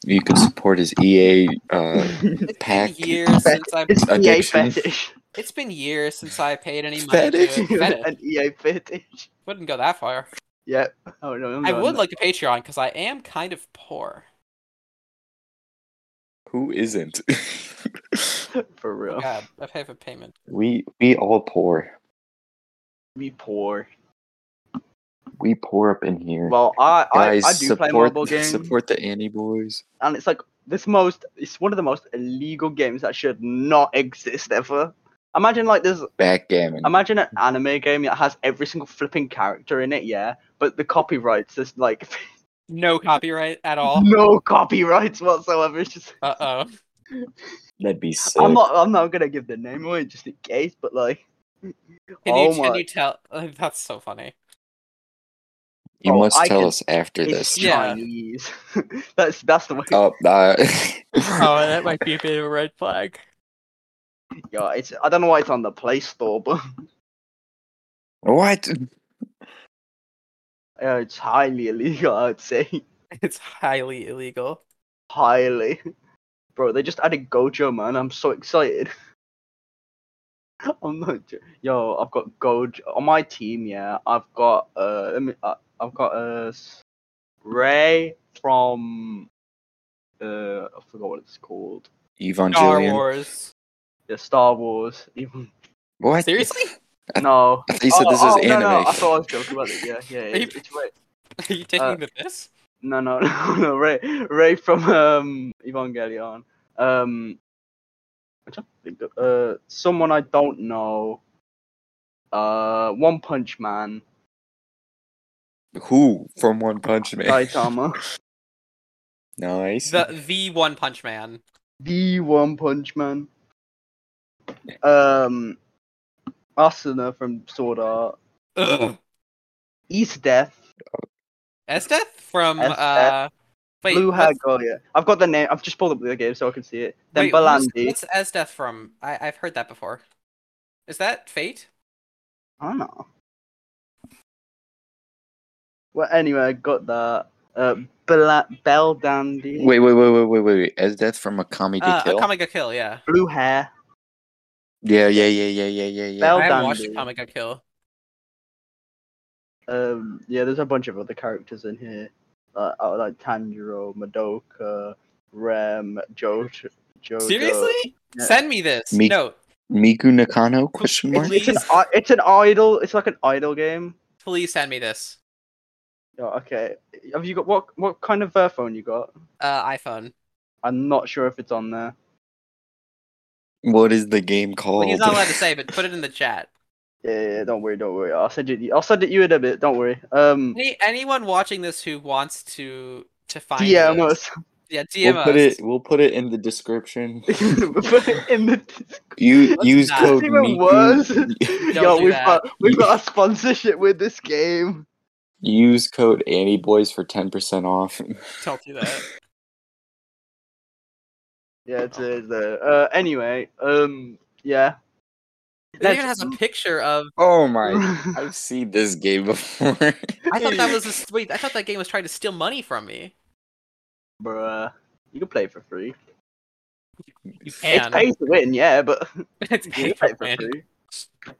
Speaker 4: you can support his EA uh,
Speaker 2: it's
Speaker 3: It's been
Speaker 4: pack.
Speaker 3: years since I.
Speaker 2: EA
Speaker 4: Addiction.
Speaker 2: fetish.
Speaker 3: It's been years since I paid any money to
Speaker 4: Fetish?
Speaker 3: it. Fetish.
Speaker 2: an EA fetish.
Speaker 3: Wouldn't go that far.
Speaker 2: Yep. Oh no, I'm
Speaker 3: I
Speaker 2: done.
Speaker 3: would like a Patreon because I am kind of poor.
Speaker 4: Who isn't?
Speaker 2: for real.
Speaker 3: God, Uh, I have a payment.
Speaker 4: we we all poor.
Speaker 2: Be poor.
Speaker 4: We poor up in here.
Speaker 2: Well, I
Speaker 4: Guys,
Speaker 2: I, I do play
Speaker 4: support
Speaker 2: mobile games,
Speaker 4: support the Annie boys.
Speaker 2: and it's like this most. It's one of the most illegal games that should not exist ever. Imagine like this.
Speaker 4: Backgammon.
Speaker 2: Imagine an anime game that has every single flipping character in it, yeah, but the copyrights there's like
Speaker 3: No copyright at all.
Speaker 2: no copyrights whatsoever. It's just
Speaker 3: Uh oh.
Speaker 4: That'd be sick.
Speaker 2: I'm not I'm not gonna give the name away just in case, but like
Speaker 3: Can
Speaker 2: oh
Speaker 3: you
Speaker 2: my,
Speaker 3: can you tell? uh, That's so funny.
Speaker 4: you
Speaker 2: Oh,
Speaker 4: must
Speaker 2: I
Speaker 4: tell
Speaker 2: can-
Speaker 4: us after
Speaker 2: it's
Speaker 4: this.
Speaker 3: Yeah.
Speaker 2: Chinese. that's that's the way.
Speaker 4: Oh, uh,
Speaker 3: Oh, that might be a bit of a red flag.
Speaker 2: Yeah, it's I don't know why it's on the Play Store, but
Speaker 4: what?
Speaker 2: uh, it's highly illegal. I'd say
Speaker 3: It's highly illegal.
Speaker 2: highly. Bro, they just added Gojo, man. I'm so excited. I'm not. jo- Yo, I've got Gojo on my team. Yeah, I've got uh, let me, uh I've got uh, s- Ray from uh, I forgot what it's called.
Speaker 3: Star
Speaker 4: Evangelion.
Speaker 3: Wars.
Speaker 2: Yeah, Star Wars. Even
Speaker 4: What?
Speaker 3: Seriously?
Speaker 2: no.
Speaker 4: I thought you said
Speaker 2: Oh,
Speaker 4: this
Speaker 2: oh,
Speaker 4: is
Speaker 2: no,
Speaker 4: anime.
Speaker 2: No, I thought I was joking about it. Yeah, yeah.
Speaker 3: Are you-
Speaker 2: It's, it's Ray.
Speaker 3: Are you taking
Speaker 2: Uh,
Speaker 3: the piss?
Speaker 2: No, no, no, no. Ray, Ray from um, Evangelion. Um, I don't think of, uh, someone I don't know. Uh, One Punch Man,
Speaker 4: Who from One Punch Man?
Speaker 2: Saitama,
Speaker 4: Nice.
Speaker 3: The the One Punch Man.
Speaker 2: the One Punch Man. Um, Asuna from Sword Art,
Speaker 3: Ugh.
Speaker 2: East Death,
Speaker 3: Esteth from
Speaker 2: Esteth.
Speaker 3: uh. Wait,
Speaker 2: Blue Hair
Speaker 3: what's-
Speaker 2: Girl. Yeah, I've got the name. I've just pulled up the game so I can see it. Then
Speaker 3: wait, what's,
Speaker 2: Balandi.
Speaker 3: what's Esteth from? I I've heard that before. Is that Fate?
Speaker 2: I don't know. Well, anyway, I got that. Uh, Bella, Bell Dandy.
Speaker 4: Wait, wait, wait, wait, wait, wait, wait. As Death from Akami to
Speaker 3: Uh,
Speaker 4: Kill?
Speaker 3: Akame ga Kill, yeah.
Speaker 2: Blue hair.
Speaker 4: Yeah, yeah, yeah, yeah, yeah, yeah, yeah.
Speaker 2: Bell-
Speaker 3: I haven't watched
Speaker 2: Dandy.
Speaker 3: Akame ga Kill.
Speaker 2: Um, yeah, there's a bunch of other characters in here. Uh, uh, like Tanjiro, Madoka, Rem, Jojo. Jojo.
Speaker 3: Seriously?
Speaker 2: Yeah.
Speaker 3: Send me this.
Speaker 4: Me-
Speaker 3: no,
Speaker 4: Miku Nakano? Question mark.
Speaker 2: It's, it's, an,
Speaker 3: Please.
Speaker 2: i- it's an idol. It's like an idol game.
Speaker 3: please send me this.
Speaker 2: Oh, okay. Have you got what? What kind of uh, phone you got?
Speaker 3: Uh, iPhone.
Speaker 2: I'm not sure if it's on there.
Speaker 4: What is the game
Speaker 3: Well,
Speaker 4: called?
Speaker 3: he's not allowed to say, but put it in the chat.
Speaker 2: Yeah, yeah, yeah, don't worry, don't worry. I'll send you. I'll send it you in a bit. Don't worry. Um,
Speaker 3: Any, anyone watching this who wants to to find
Speaker 2: DM
Speaker 3: this-
Speaker 2: us.
Speaker 3: yeah, DM
Speaker 4: We'll put
Speaker 3: us.
Speaker 4: it. We'll put it in the description.
Speaker 2: Put it in the.
Speaker 4: You
Speaker 3: Let's
Speaker 4: use
Speaker 3: not.
Speaker 4: code
Speaker 2: That's even worse.
Speaker 4: Miku.
Speaker 2: Yo,
Speaker 3: do
Speaker 2: we've
Speaker 3: that.
Speaker 2: got we've got a sponsorship with this game.
Speaker 4: Use code Annie Boys for ten percent off.
Speaker 3: Don't do that.
Speaker 2: Yeah,
Speaker 3: Oh.
Speaker 2: it's a, it's a- uh, anyway, um, yeah.
Speaker 3: It even has a picture of.
Speaker 4: Oh my! I've seen this game before.
Speaker 3: I thought that was a s- wait. I thought that game was trying to steal money from me.
Speaker 2: Bruh, you can play for free.
Speaker 3: You
Speaker 2: It's
Speaker 3: can.
Speaker 2: pay to win, yeah, but
Speaker 3: It's
Speaker 2: you can
Speaker 3: paid
Speaker 2: play
Speaker 3: for
Speaker 2: for
Speaker 3: win.
Speaker 2: free.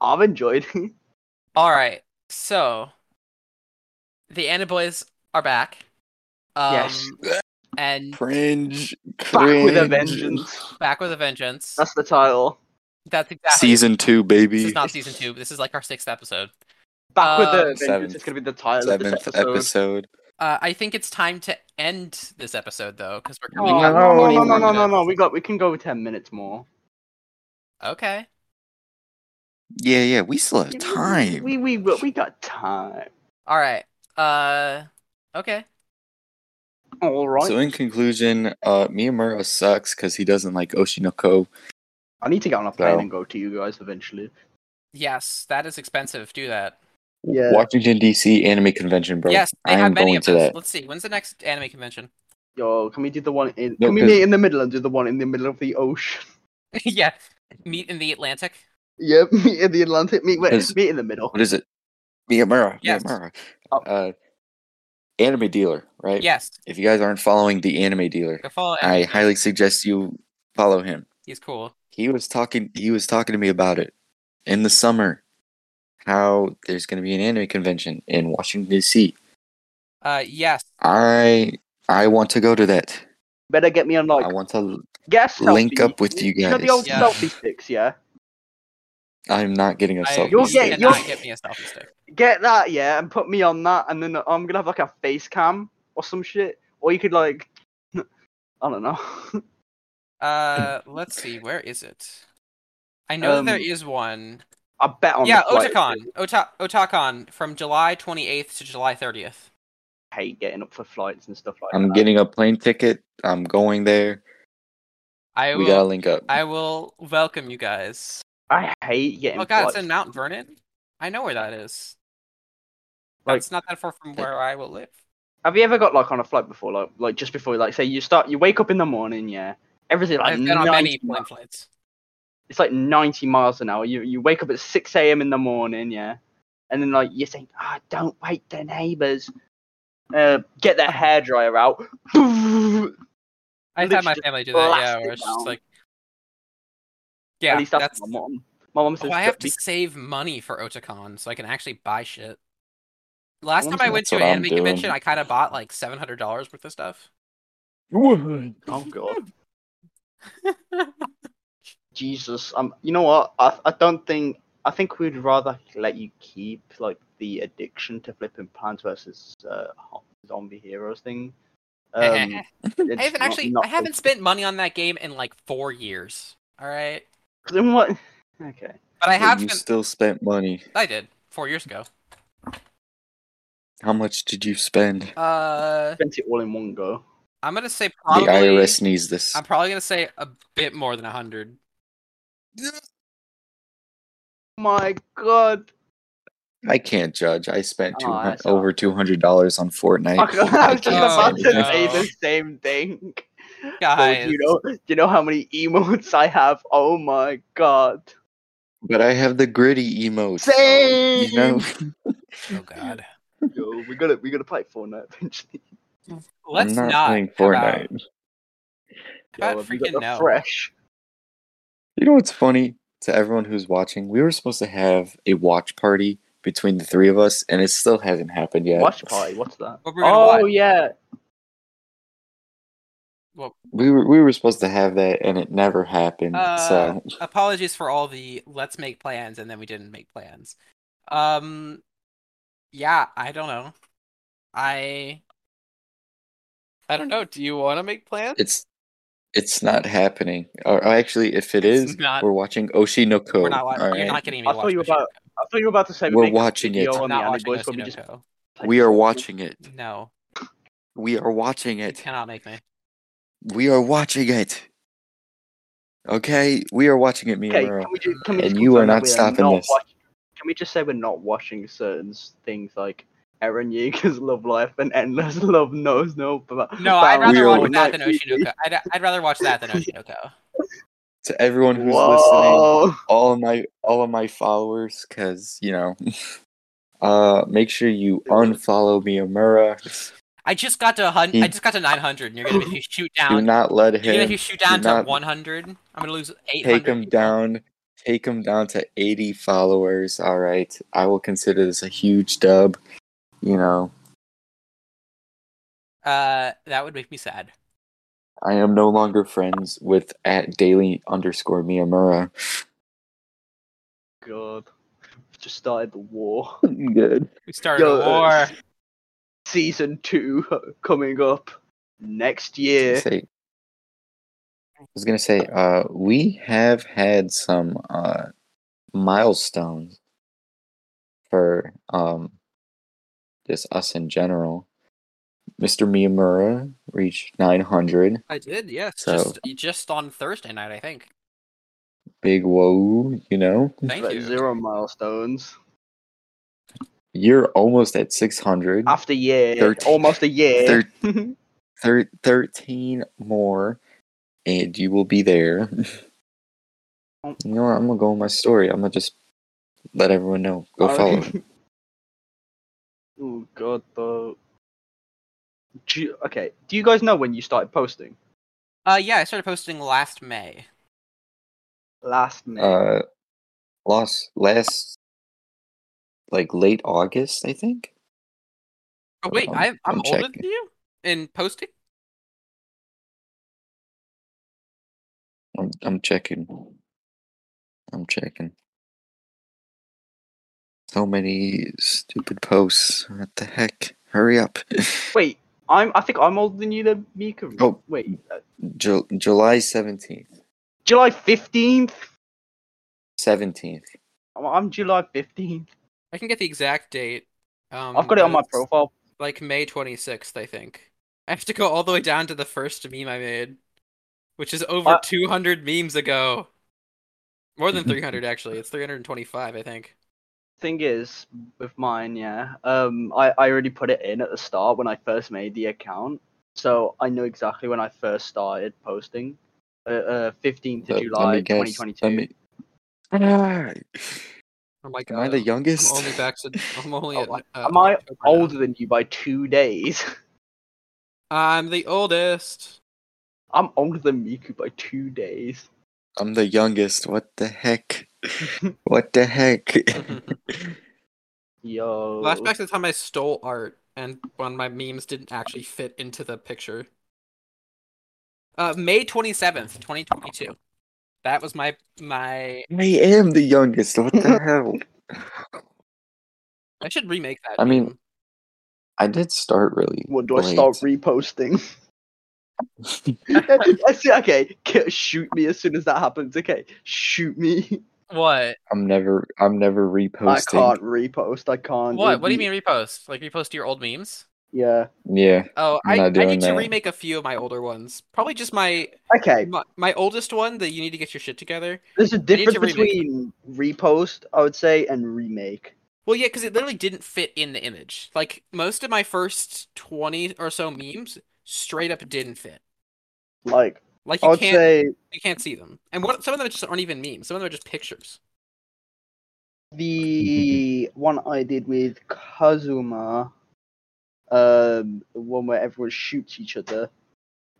Speaker 2: I've enjoyed. it.
Speaker 3: All right, so the Anna Boys are back. Um,
Speaker 2: Yes.
Speaker 3: and
Speaker 4: cringe. Cringe.
Speaker 2: Back with a vengeance.
Speaker 3: back with a vengeance.
Speaker 2: That's the title.
Speaker 3: That's exactly.
Speaker 4: Season two, baby.
Speaker 3: This is not season two. This is like our sixth episode.
Speaker 2: Back with a
Speaker 3: Um,
Speaker 2: vengeance
Speaker 4: Seventh-
Speaker 2: is gonna be the title of this
Speaker 4: Seventh
Speaker 2: episode.
Speaker 4: episode.
Speaker 3: Uh, I think it's time to end this episode though, because we're
Speaker 2: Oh,
Speaker 3: coming
Speaker 2: no,
Speaker 3: up.
Speaker 2: no, no, no,
Speaker 4: No, no,
Speaker 2: no, no,
Speaker 3: no.
Speaker 2: no, We got. We can go ten minutes more.
Speaker 3: Okay.
Speaker 4: Yeah, yeah, we still have time.
Speaker 2: We we we, we got time.
Speaker 3: All right. Uh, okay.
Speaker 2: All right.
Speaker 4: So in conclusion, uh, Miyamura sucks because he doesn't like Oshinoko.
Speaker 2: I need to get on a plane
Speaker 4: So-
Speaker 2: and go to you guys eventually.
Speaker 3: Yes, that is expensive. Do that.
Speaker 2: Yeah.
Speaker 4: Washington D.C. Anime Convention, bro.
Speaker 3: yes, they
Speaker 4: I am
Speaker 3: have many
Speaker 4: going
Speaker 3: of
Speaker 4: to
Speaker 3: those.
Speaker 4: that.
Speaker 3: Let's see. When's the next anime convention?
Speaker 2: Yo, can we do the one in?
Speaker 4: No,
Speaker 2: can we
Speaker 4: 'cause-
Speaker 2: meet in the middle and do the one in the middle of the ocean?
Speaker 3: yeah. Meet in the Atlantic.
Speaker 2: Yep, meet in the Atlantic. Meet wait,
Speaker 4: 'Cause-
Speaker 2: meet in the middle.
Speaker 4: What is it? Miyamura.
Speaker 3: Yes.
Speaker 4: Miyamura.
Speaker 2: Oh.
Speaker 4: Uh, anime dealer, right?
Speaker 3: Yes.
Speaker 4: If you guys aren't following the anime dealer,
Speaker 3: Go follow.
Speaker 4: I
Speaker 3: Anime.
Speaker 4: highly suggest you follow him.
Speaker 3: He's cool.
Speaker 4: he was talking he was talking to me about it in the summer how there's going to be an anime convention in washington dc
Speaker 3: Uh, yes.
Speaker 4: i i want to go to that
Speaker 2: Better get me on
Speaker 4: i
Speaker 2: like
Speaker 4: want to
Speaker 2: guess.
Speaker 4: link up with you
Speaker 2: You got the
Speaker 4: guys.
Speaker 2: old
Speaker 3: Yeah.
Speaker 2: selfie sticks, yeah.
Speaker 4: i'm not getting a
Speaker 3: I,
Speaker 4: selfie
Speaker 3: you
Speaker 2: You'll
Speaker 4: stick.
Speaker 2: get-
Speaker 3: cannot
Speaker 2: you'll-
Speaker 3: get me a selfie stick.
Speaker 2: Get that, yeah, and put me on that, and then I'm gonna have like a face cam or some shit, or you could like, I don't know.
Speaker 3: Uh, let's see. Where is it? I know that there
Speaker 2: Um,
Speaker 3: is one.
Speaker 2: I bet on
Speaker 3: Yeah,
Speaker 2: the flight.
Speaker 3: Otakon. Ota- Otakon from July 28th to July 30th.
Speaker 2: I hate getting up for flights and stuff like
Speaker 4: i'm
Speaker 2: that.
Speaker 4: getting a plane ticket i'm going there
Speaker 3: I
Speaker 4: we gotta
Speaker 3: will.
Speaker 4: link up
Speaker 3: I will welcome you guys.
Speaker 2: I hate getting.
Speaker 3: Oh god, it's
Speaker 2: flights.
Speaker 3: in Mount Vernon. I know where that is.
Speaker 2: Like-
Speaker 3: That's not that far from where I will live.
Speaker 2: Have you ever got like on a flight before, like like just before, like say you start, you wake up in the morning, yeah, everything like
Speaker 3: I've been on many
Speaker 2: 90 mi-
Speaker 3: plane flights.
Speaker 2: it's like ninety miles an hour. You you wake up at six a.m. in the morning, yeah, and then like you think, ah, don't wake the neighbors. Uh, get their hairdryer out.
Speaker 3: I've had my
Speaker 2: Literally
Speaker 3: family do that. Yeah,
Speaker 2: blast
Speaker 3: where
Speaker 2: it
Speaker 3: it's just
Speaker 2: down.
Speaker 3: like, yeah,
Speaker 2: At least that's,
Speaker 3: that's.
Speaker 2: my mom. My mom says
Speaker 3: Oh, I have
Speaker 2: that
Speaker 3: to
Speaker 2: be-
Speaker 3: save money for Otakon so I can actually buy shit. Last
Speaker 2: Well,
Speaker 3: time I went
Speaker 4: that's
Speaker 3: to an
Speaker 4: what I'm
Speaker 3: anime convention,
Speaker 4: doing.
Speaker 3: I kind of bought like seven hundred dollars worth of stuff.
Speaker 2: Oh god, Jesus. Um, you know what? I I don't think I think we'd rather let you keep like the addiction to flipping plans versus uh, ho- zombie heroes thing. Um,
Speaker 3: I haven't actually. I haven't spent money on that game in like four years. All right,
Speaker 2: Then what? Okay.
Speaker 3: but
Speaker 4: But
Speaker 3: I have.
Speaker 4: you
Speaker 3: spent-
Speaker 4: still spent money
Speaker 3: I did four years ago.
Speaker 4: how much did you spend
Speaker 3: Uh,
Speaker 2: Spent it all in one go.
Speaker 3: I'm gonna say probably.
Speaker 4: the irs needs this
Speaker 3: I'm probably gonna say a bit more than a hundred.
Speaker 2: My God.
Speaker 4: i can't judge i spent
Speaker 2: Aw,
Speaker 4: 200,
Speaker 2: that's all.
Speaker 4: over $200 on fortnite
Speaker 2: I, was just
Speaker 3: can't
Speaker 2: about
Speaker 3: say
Speaker 2: to
Speaker 3: no.
Speaker 2: say the same thing. Oh,
Speaker 3: Guys,
Speaker 2: do you know? Do you know how many emotes I have? Oh my God.
Speaker 4: But I have the gritty emote.
Speaker 2: Same.
Speaker 4: You know,
Speaker 3: oh god,
Speaker 2: Yo, we gotta we gotta play Fortnite eventually.
Speaker 3: let's
Speaker 4: I'm not, playing
Speaker 3: how
Speaker 4: Fortnite.
Speaker 3: about-
Speaker 2: Yo,
Speaker 3: how about
Speaker 2: have you got
Speaker 3: freaking
Speaker 2: the
Speaker 3: no.
Speaker 2: fresh.
Speaker 4: You know what's funny to everyone who's watching? We were supposed to have a watch party between the three of us, and it still hasn't happened yet.
Speaker 2: Watch party. What's that?
Speaker 3: What we're gonna
Speaker 2: Oh
Speaker 3: watch.
Speaker 2: yeah.
Speaker 4: We were we were supposed to have that, and it never happened. so
Speaker 3: Uh. apologies for all the let's make plans and then we didn't make plans. Um, yeah, I don't know. I I don't know. Do you want to make plans?
Speaker 4: it's it's not happening. Or or actually, if it
Speaker 3: It's
Speaker 4: is,
Speaker 3: not-
Speaker 4: we're watching Oshinoko.
Speaker 3: We're not. wa-
Speaker 4: all
Speaker 3: You're
Speaker 4: right?
Speaker 3: not getting me.
Speaker 2: I
Speaker 3: to
Speaker 2: thought
Speaker 3: watch
Speaker 2: you were
Speaker 3: Bushido.
Speaker 2: about- I thought you were about to say we
Speaker 4: We're
Speaker 2: make a
Speaker 4: watching it.
Speaker 2: video
Speaker 3: I'm
Speaker 2: on the
Speaker 3: not
Speaker 2: Anime
Speaker 3: watching
Speaker 2: Boys, but we just
Speaker 3: Bushido.
Speaker 2: play
Speaker 4: we are
Speaker 2: Fortnite.
Speaker 4: watching it.
Speaker 3: No,
Speaker 4: We are watching
Speaker 3: you
Speaker 4: it.
Speaker 3: cannot make me.
Speaker 4: We are watching it. Okay, we are watching it,
Speaker 2: Okay,
Speaker 4: Miyamura.
Speaker 2: can we do, can we just
Speaker 4: And you
Speaker 2: confirm
Speaker 4: are
Speaker 2: that
Speaker 4: not
Speaker 2: we
Speaker 4: stopping
Speaker 2: not
Speaker 4: this.
Speaker 2: watch- can we just say we're not watching certain s- things like Eren Yeager's Love Life and Endless Love Knows No Ba-
Speaker 3: No, I'd
Speaker 2: Bounds
Speaker 4: We're
Speaker 3: rather
Speaker 2: or
Speaker 3: watch that than
Speaker 2: Night Beat.
Speaker 3: Oshinoko. I'd, I'd rather watch that than Oshinoko.
Speaker 4: To everyone who's listening,
Speaker 2: Whoa.
Speaker 4: all of my all of my followers because you know uh make sure you unfollow miyamura
Speaker 3: I just got to a hun- I
Speaker 4: He-
Speaker 3: just got to 900, and you're gonna make me shoot
Speaker 4: Hmm. do
Speaker 3: down.
Speaker 4: not let
Speaker 3: You're gonna make me
Speaker 4: him
Speaker 3: shoot down to
Speaker 4: not
Speaker 3: 100. I'm gonna lose 800.
Speaker 4: take him
Speaker 3: people.
Speaker 4: down take him down to 80 followers all right i will consider this a huge dub you know
Speaker 3: Uh, that would make me sad.
Speaker 4: i am no longer friends with at daily underscore miyamura
Speaker 2: God. Just started the war.
Speaker 4: good
Speaker 3: We started
Speaker 2: Yo,
Speaker 3: a
Speaker 2: uh,
Speaker 3: war.
Speaker 2: Season 2 uh, coming up next year.
Speaker 4: say I was gonna say, uh, we have had some uh, milestones for um just us in general. Mr. Miyamura reached 900.
Speaker 3: I did, yes.
Speaker 4: So-
Speaker 3: Just just on Thursday night, I think.
Speaker 4: Big whoa, you know?
Speaker 3: Thank
Speaker 2: Like
Speaker 3: you.
Speaker 2: Zero milestones.
Speaker 4: You're almost at 600.
Speaker 2: After a year,
Speaker 4: Thirteen-
Speaker 2: almost a year.
Speaker 4: Thir- thir- 13 more, and you will be there. you know what? I'm going to go on my story. I'm going to just let everyone know. Go
Speaker 2: Alright.
Speaker 4: follow him.
Speaker 2: oh god, though. Do you- okay, do you guys know when you started posting?
Speaker 3: Uh, yeah, I started posting last May.
Speaker 2: Last May.
Speaker 4: Uh, lost last, like late August, I think.
Speaker 3: Oh wait,
Speaker 4: Um,
Speaker 3: I, I'm
Speaker 4: I'm
Speaker 3: older
Speaker 4: checking.
Speaker 3: than you in posting.
Speaker 4: I'm, I'm checking. I'm checking. So many stupid posts. What the heck? Hurry up.
Speaker 2: Wait, I'm. I think I'm older than you, then, Mika.
Speaker 4: Oh.
Speaker 2: wait, uh,
Speaker 4: Ju- July 17th.
Speaker 2: July fifteenth.
Speaker 4: 17th.
Speaker 2: I'm July fifteenth.
Speaker 3: I can get the exact date. Um,
Speaker 2: I've got it
Speaker 3: but
Speaker 2: on my
Speaker 3: it's
Speaker 2: profile.
Speaker 3: Like May 26th, I think. I have to go all the way down to the first meme I made, which is over
Speaker 2: Uh,
Speaker 3: 200 memes ago. More than 300, actually. It's 325, I think.
Speaker 2: Thing is, with mine, yeah. Um, I I already put it in at the start when I first made the account, so I know exactly when I first started posting. Uh, fifteenth
Speaker 4: Let-
Speaker 2: of
Speaker 4: let
Speaker 2: July,
Speaker 4: me guess.
Speaker 2: twenty twenty two.
Speaker 4: Let me- Ah,
Speaker 3: Oh my god.
Speaker 4: Am I the youngest?
Speaker 3: I'm only back to. I'm only
Speaker 2: Oh,
Speaker 3: at. Uh,
Speaker 2: Am I
Speaker 3: October now.
Speaker 2: older than you by two days?
Speaker 3: I'm the oldest.
Speaker 2: I'm older than Miku by two days.
Speaker 4: I'm the youngest. What the heck? What the heck?
Speaker 2: Yo.
Speaker 4: Oh.
Speaker 3: Flashback to the time I stole art and when my memes didn't actually fit into the picture. Uh, May twenty seventh, twenty twenty two. That was my my.
Speaker 4: I am the youngest. What the hell?
Speaker 3: I should remake that.
Speaker 4: I mean,
Speaker 3: meme.
Speaker 4: I did start really.
Speaker 2: What do I
Speaker 4: late.
Speaker 2: start reposting? That's it, okay, ki- shoot me as soon as that happens. Okay, shoot me.
Speaker 3: what?
Speaker 4: I'm never. I'm never
Speaker 2: I
Speaker 4: reposting.
Speaker 2: can't repost. I can't.
Speaker 3: What?
Speaker 2: it'd
Speaker 3: What do you
Speaker 2: be-
Speaker 3: mean repost? Like repost your old memes?
Speaker 2: Yeah.
Speaker 4: Yeah.
Speaker 3: Oh,
Speaker 4: I'm
Speaker 3: I,
Speaker 4: not
Speaker 3: I
Speaker 4: doing
Speaker 3: need to
Speaker 4: that.
Speaker 3: remake a few of my older ones. Probably just my
Speaker 2: Okay,
Speaker 3: my, my oldest one that you need to get your shit together.
Speaker 2: there's a
Speaker 3: to
Speaker 2: difference
Speaker 3: remake.
Speaker 2: between repost, I would say, and remake.
Speaker 3: Well, yeah, because it literally didn't fit in the image. Like most of my first twenty or so memes straight up didn't fit.
Speaker 2: Like,
Speaker 3: Like
Speaker 2: I
Speaker 3: you
Speaker 2: would
Speaker 3: can't
Speaker 2: say
Speaker 3: you can't see them. And what, some of them just aren't even memes. Some of them are just pictures.
Speaker 2: the one I did with Kazuma, um, the one where everyone shoots each other.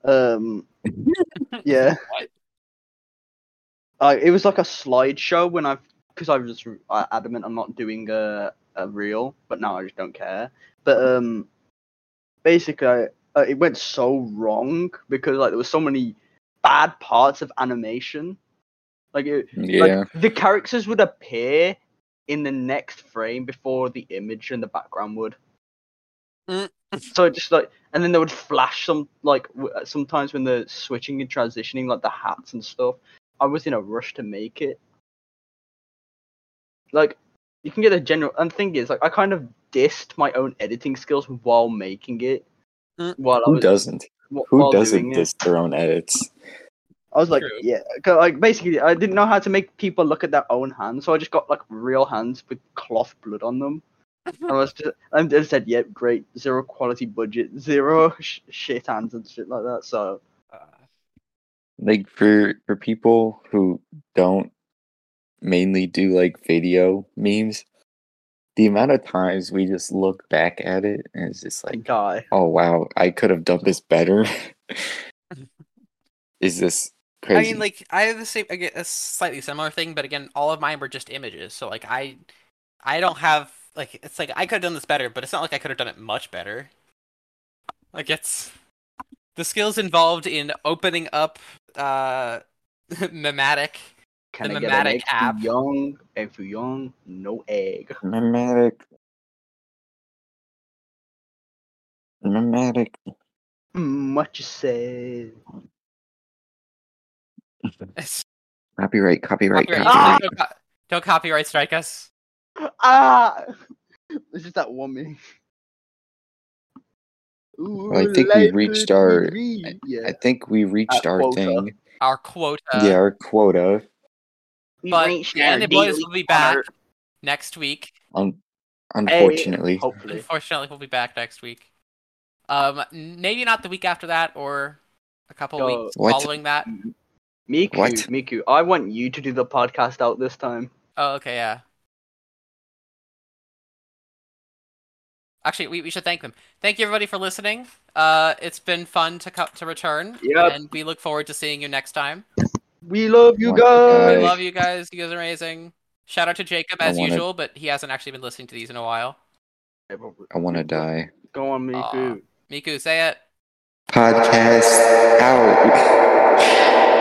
Speaker 2: Um, yeah.
Speaker 3: What?
Speaker 2: Uh, it was like a slideshow when I've because I was uh, adamant I'm not doing a a reel, but now I just don't care. But um, basically, I- uh, it went so wrong because like there were so many bad parts of animation. Like it, like,
Speaker 4: Yeah.
Speaker 2: the characters would appear in the next frame before the image and the background would.
Speaker 3: Mm.
Speaker 2: so it just like, and then they would flash some like w- uh, sometimes when they're switching and transitioning, like the hats and stuff. I was in a rush to make it. Like, you can get a general. And the thing is, like, I kind of dissed my own editing skills while making it.
Speaker 3: Mm.
Speaker 2: While I
Speaker 4: Who
Speaker 2: was,
Speaker 4: doesn't?
Speaker 2: wh-
Speaker 4: Who
Speaker 2: while
Speaker 4: doesn't
Speaker 2: doing it.
Speaker 4: diss their own edits?
Speaker 2: I was like,
Speaker 3: True.
Speaker 2: yeah, 'cause, like basically, I didn't know how to make people look at their own hands, so I just got like real hands with cloth blood on them. And I was just, and they said, "Yep, great, zero quality budget, zero sh- shit hands and shit like that." So
Speaker 3: Uh,
Speaker 4: Like for for people who don't mainly do like video memes, the amount of times we just look back at it and it's just like,
Speaker 2: guy,
Speaker 4: oh wow, I could have done this better. Is this
Speaker 3: I
Speaker 4: crazy?
Speaker 3: mean, like I have the same, I get a slightly similar thing, but again, all of mine were just images. So like I, I don't have like it's like I could have done this better, but it's not like I could have done it much better. Like it's the skills involved in opening up uh mematic.
Speaker 2: can
Speaker 3: The
Speaker 2: I get an
Speaker 3: Mematic
Speaker 2: egg
Speaker 3: app.
Speaker 2: for young? Egg for young? No egg.
Speaker 4: Mimetic. Mimetic.
Speaker 2: Mm, what you say?
Speaker 3: It's
Speaker 4: Copyright, copyright,
Speaker 3: copyright.
Speaker 4: copyright.
Speaker 3: No, co- Don't copyright strike us.
Speaker 2: Ah, this is that one meme. Ooh,
Speaker 4: Well, I think we
Speaker 2: light
Speaker 4: reached
Speaker 2: blue
Speaker 4: our-
Speaker 2: TV. Yeah.
Speaker 4: I think we reached
Speaker 2: Uh,
Speaker 4: our
Speaker 2: quota.
Speaker 4: thing.
Speaker 3: Our quota.
Speaker 4: yeah, our quota
Speaker 3: But the Andy Boys will be back next week.
Speaker 4: un- unfortunately.
Speaker 2: Hopefully.
Speaker 3: Unfortunately, we'll be back next week. Um, n- maybe not the week after that, or a couple
Speaker 2: Yo.
Speaker 3: weeks
Speaker 4: What?
Speaker 3: following that.
Speaker 2: Miku,
Speaker 4: What?
Speaker 2: Miku, I want you to do the podcast out this time.
Speaker 3: Oh, okay, yeah. Actually, we, we should thank them. Thank you everybody for listening. Uh, it's been fun to co- to return,
Speaker 2: Yep.
Speaker 3: and we look forward to seeing you next time.
Speaker 2: We love you
Speaker 4: Want you
Speaker 2: guys.
Speaker 3: We
Speaker 4: Hey.
Speaker 3: love you guys. You guys are amazing. Shout out to Jacob
Speaker 4: I
Speaker 3: as
Speaker 4: wanna-
Speaker 3: usual, but he hasn't actually been listening to these in a while.
Speaker 4: I want to die.
Speaker 2: Go on, Miku.
Speaker 3: Aw. Miku, say it.
Speaker 4: Podcast out.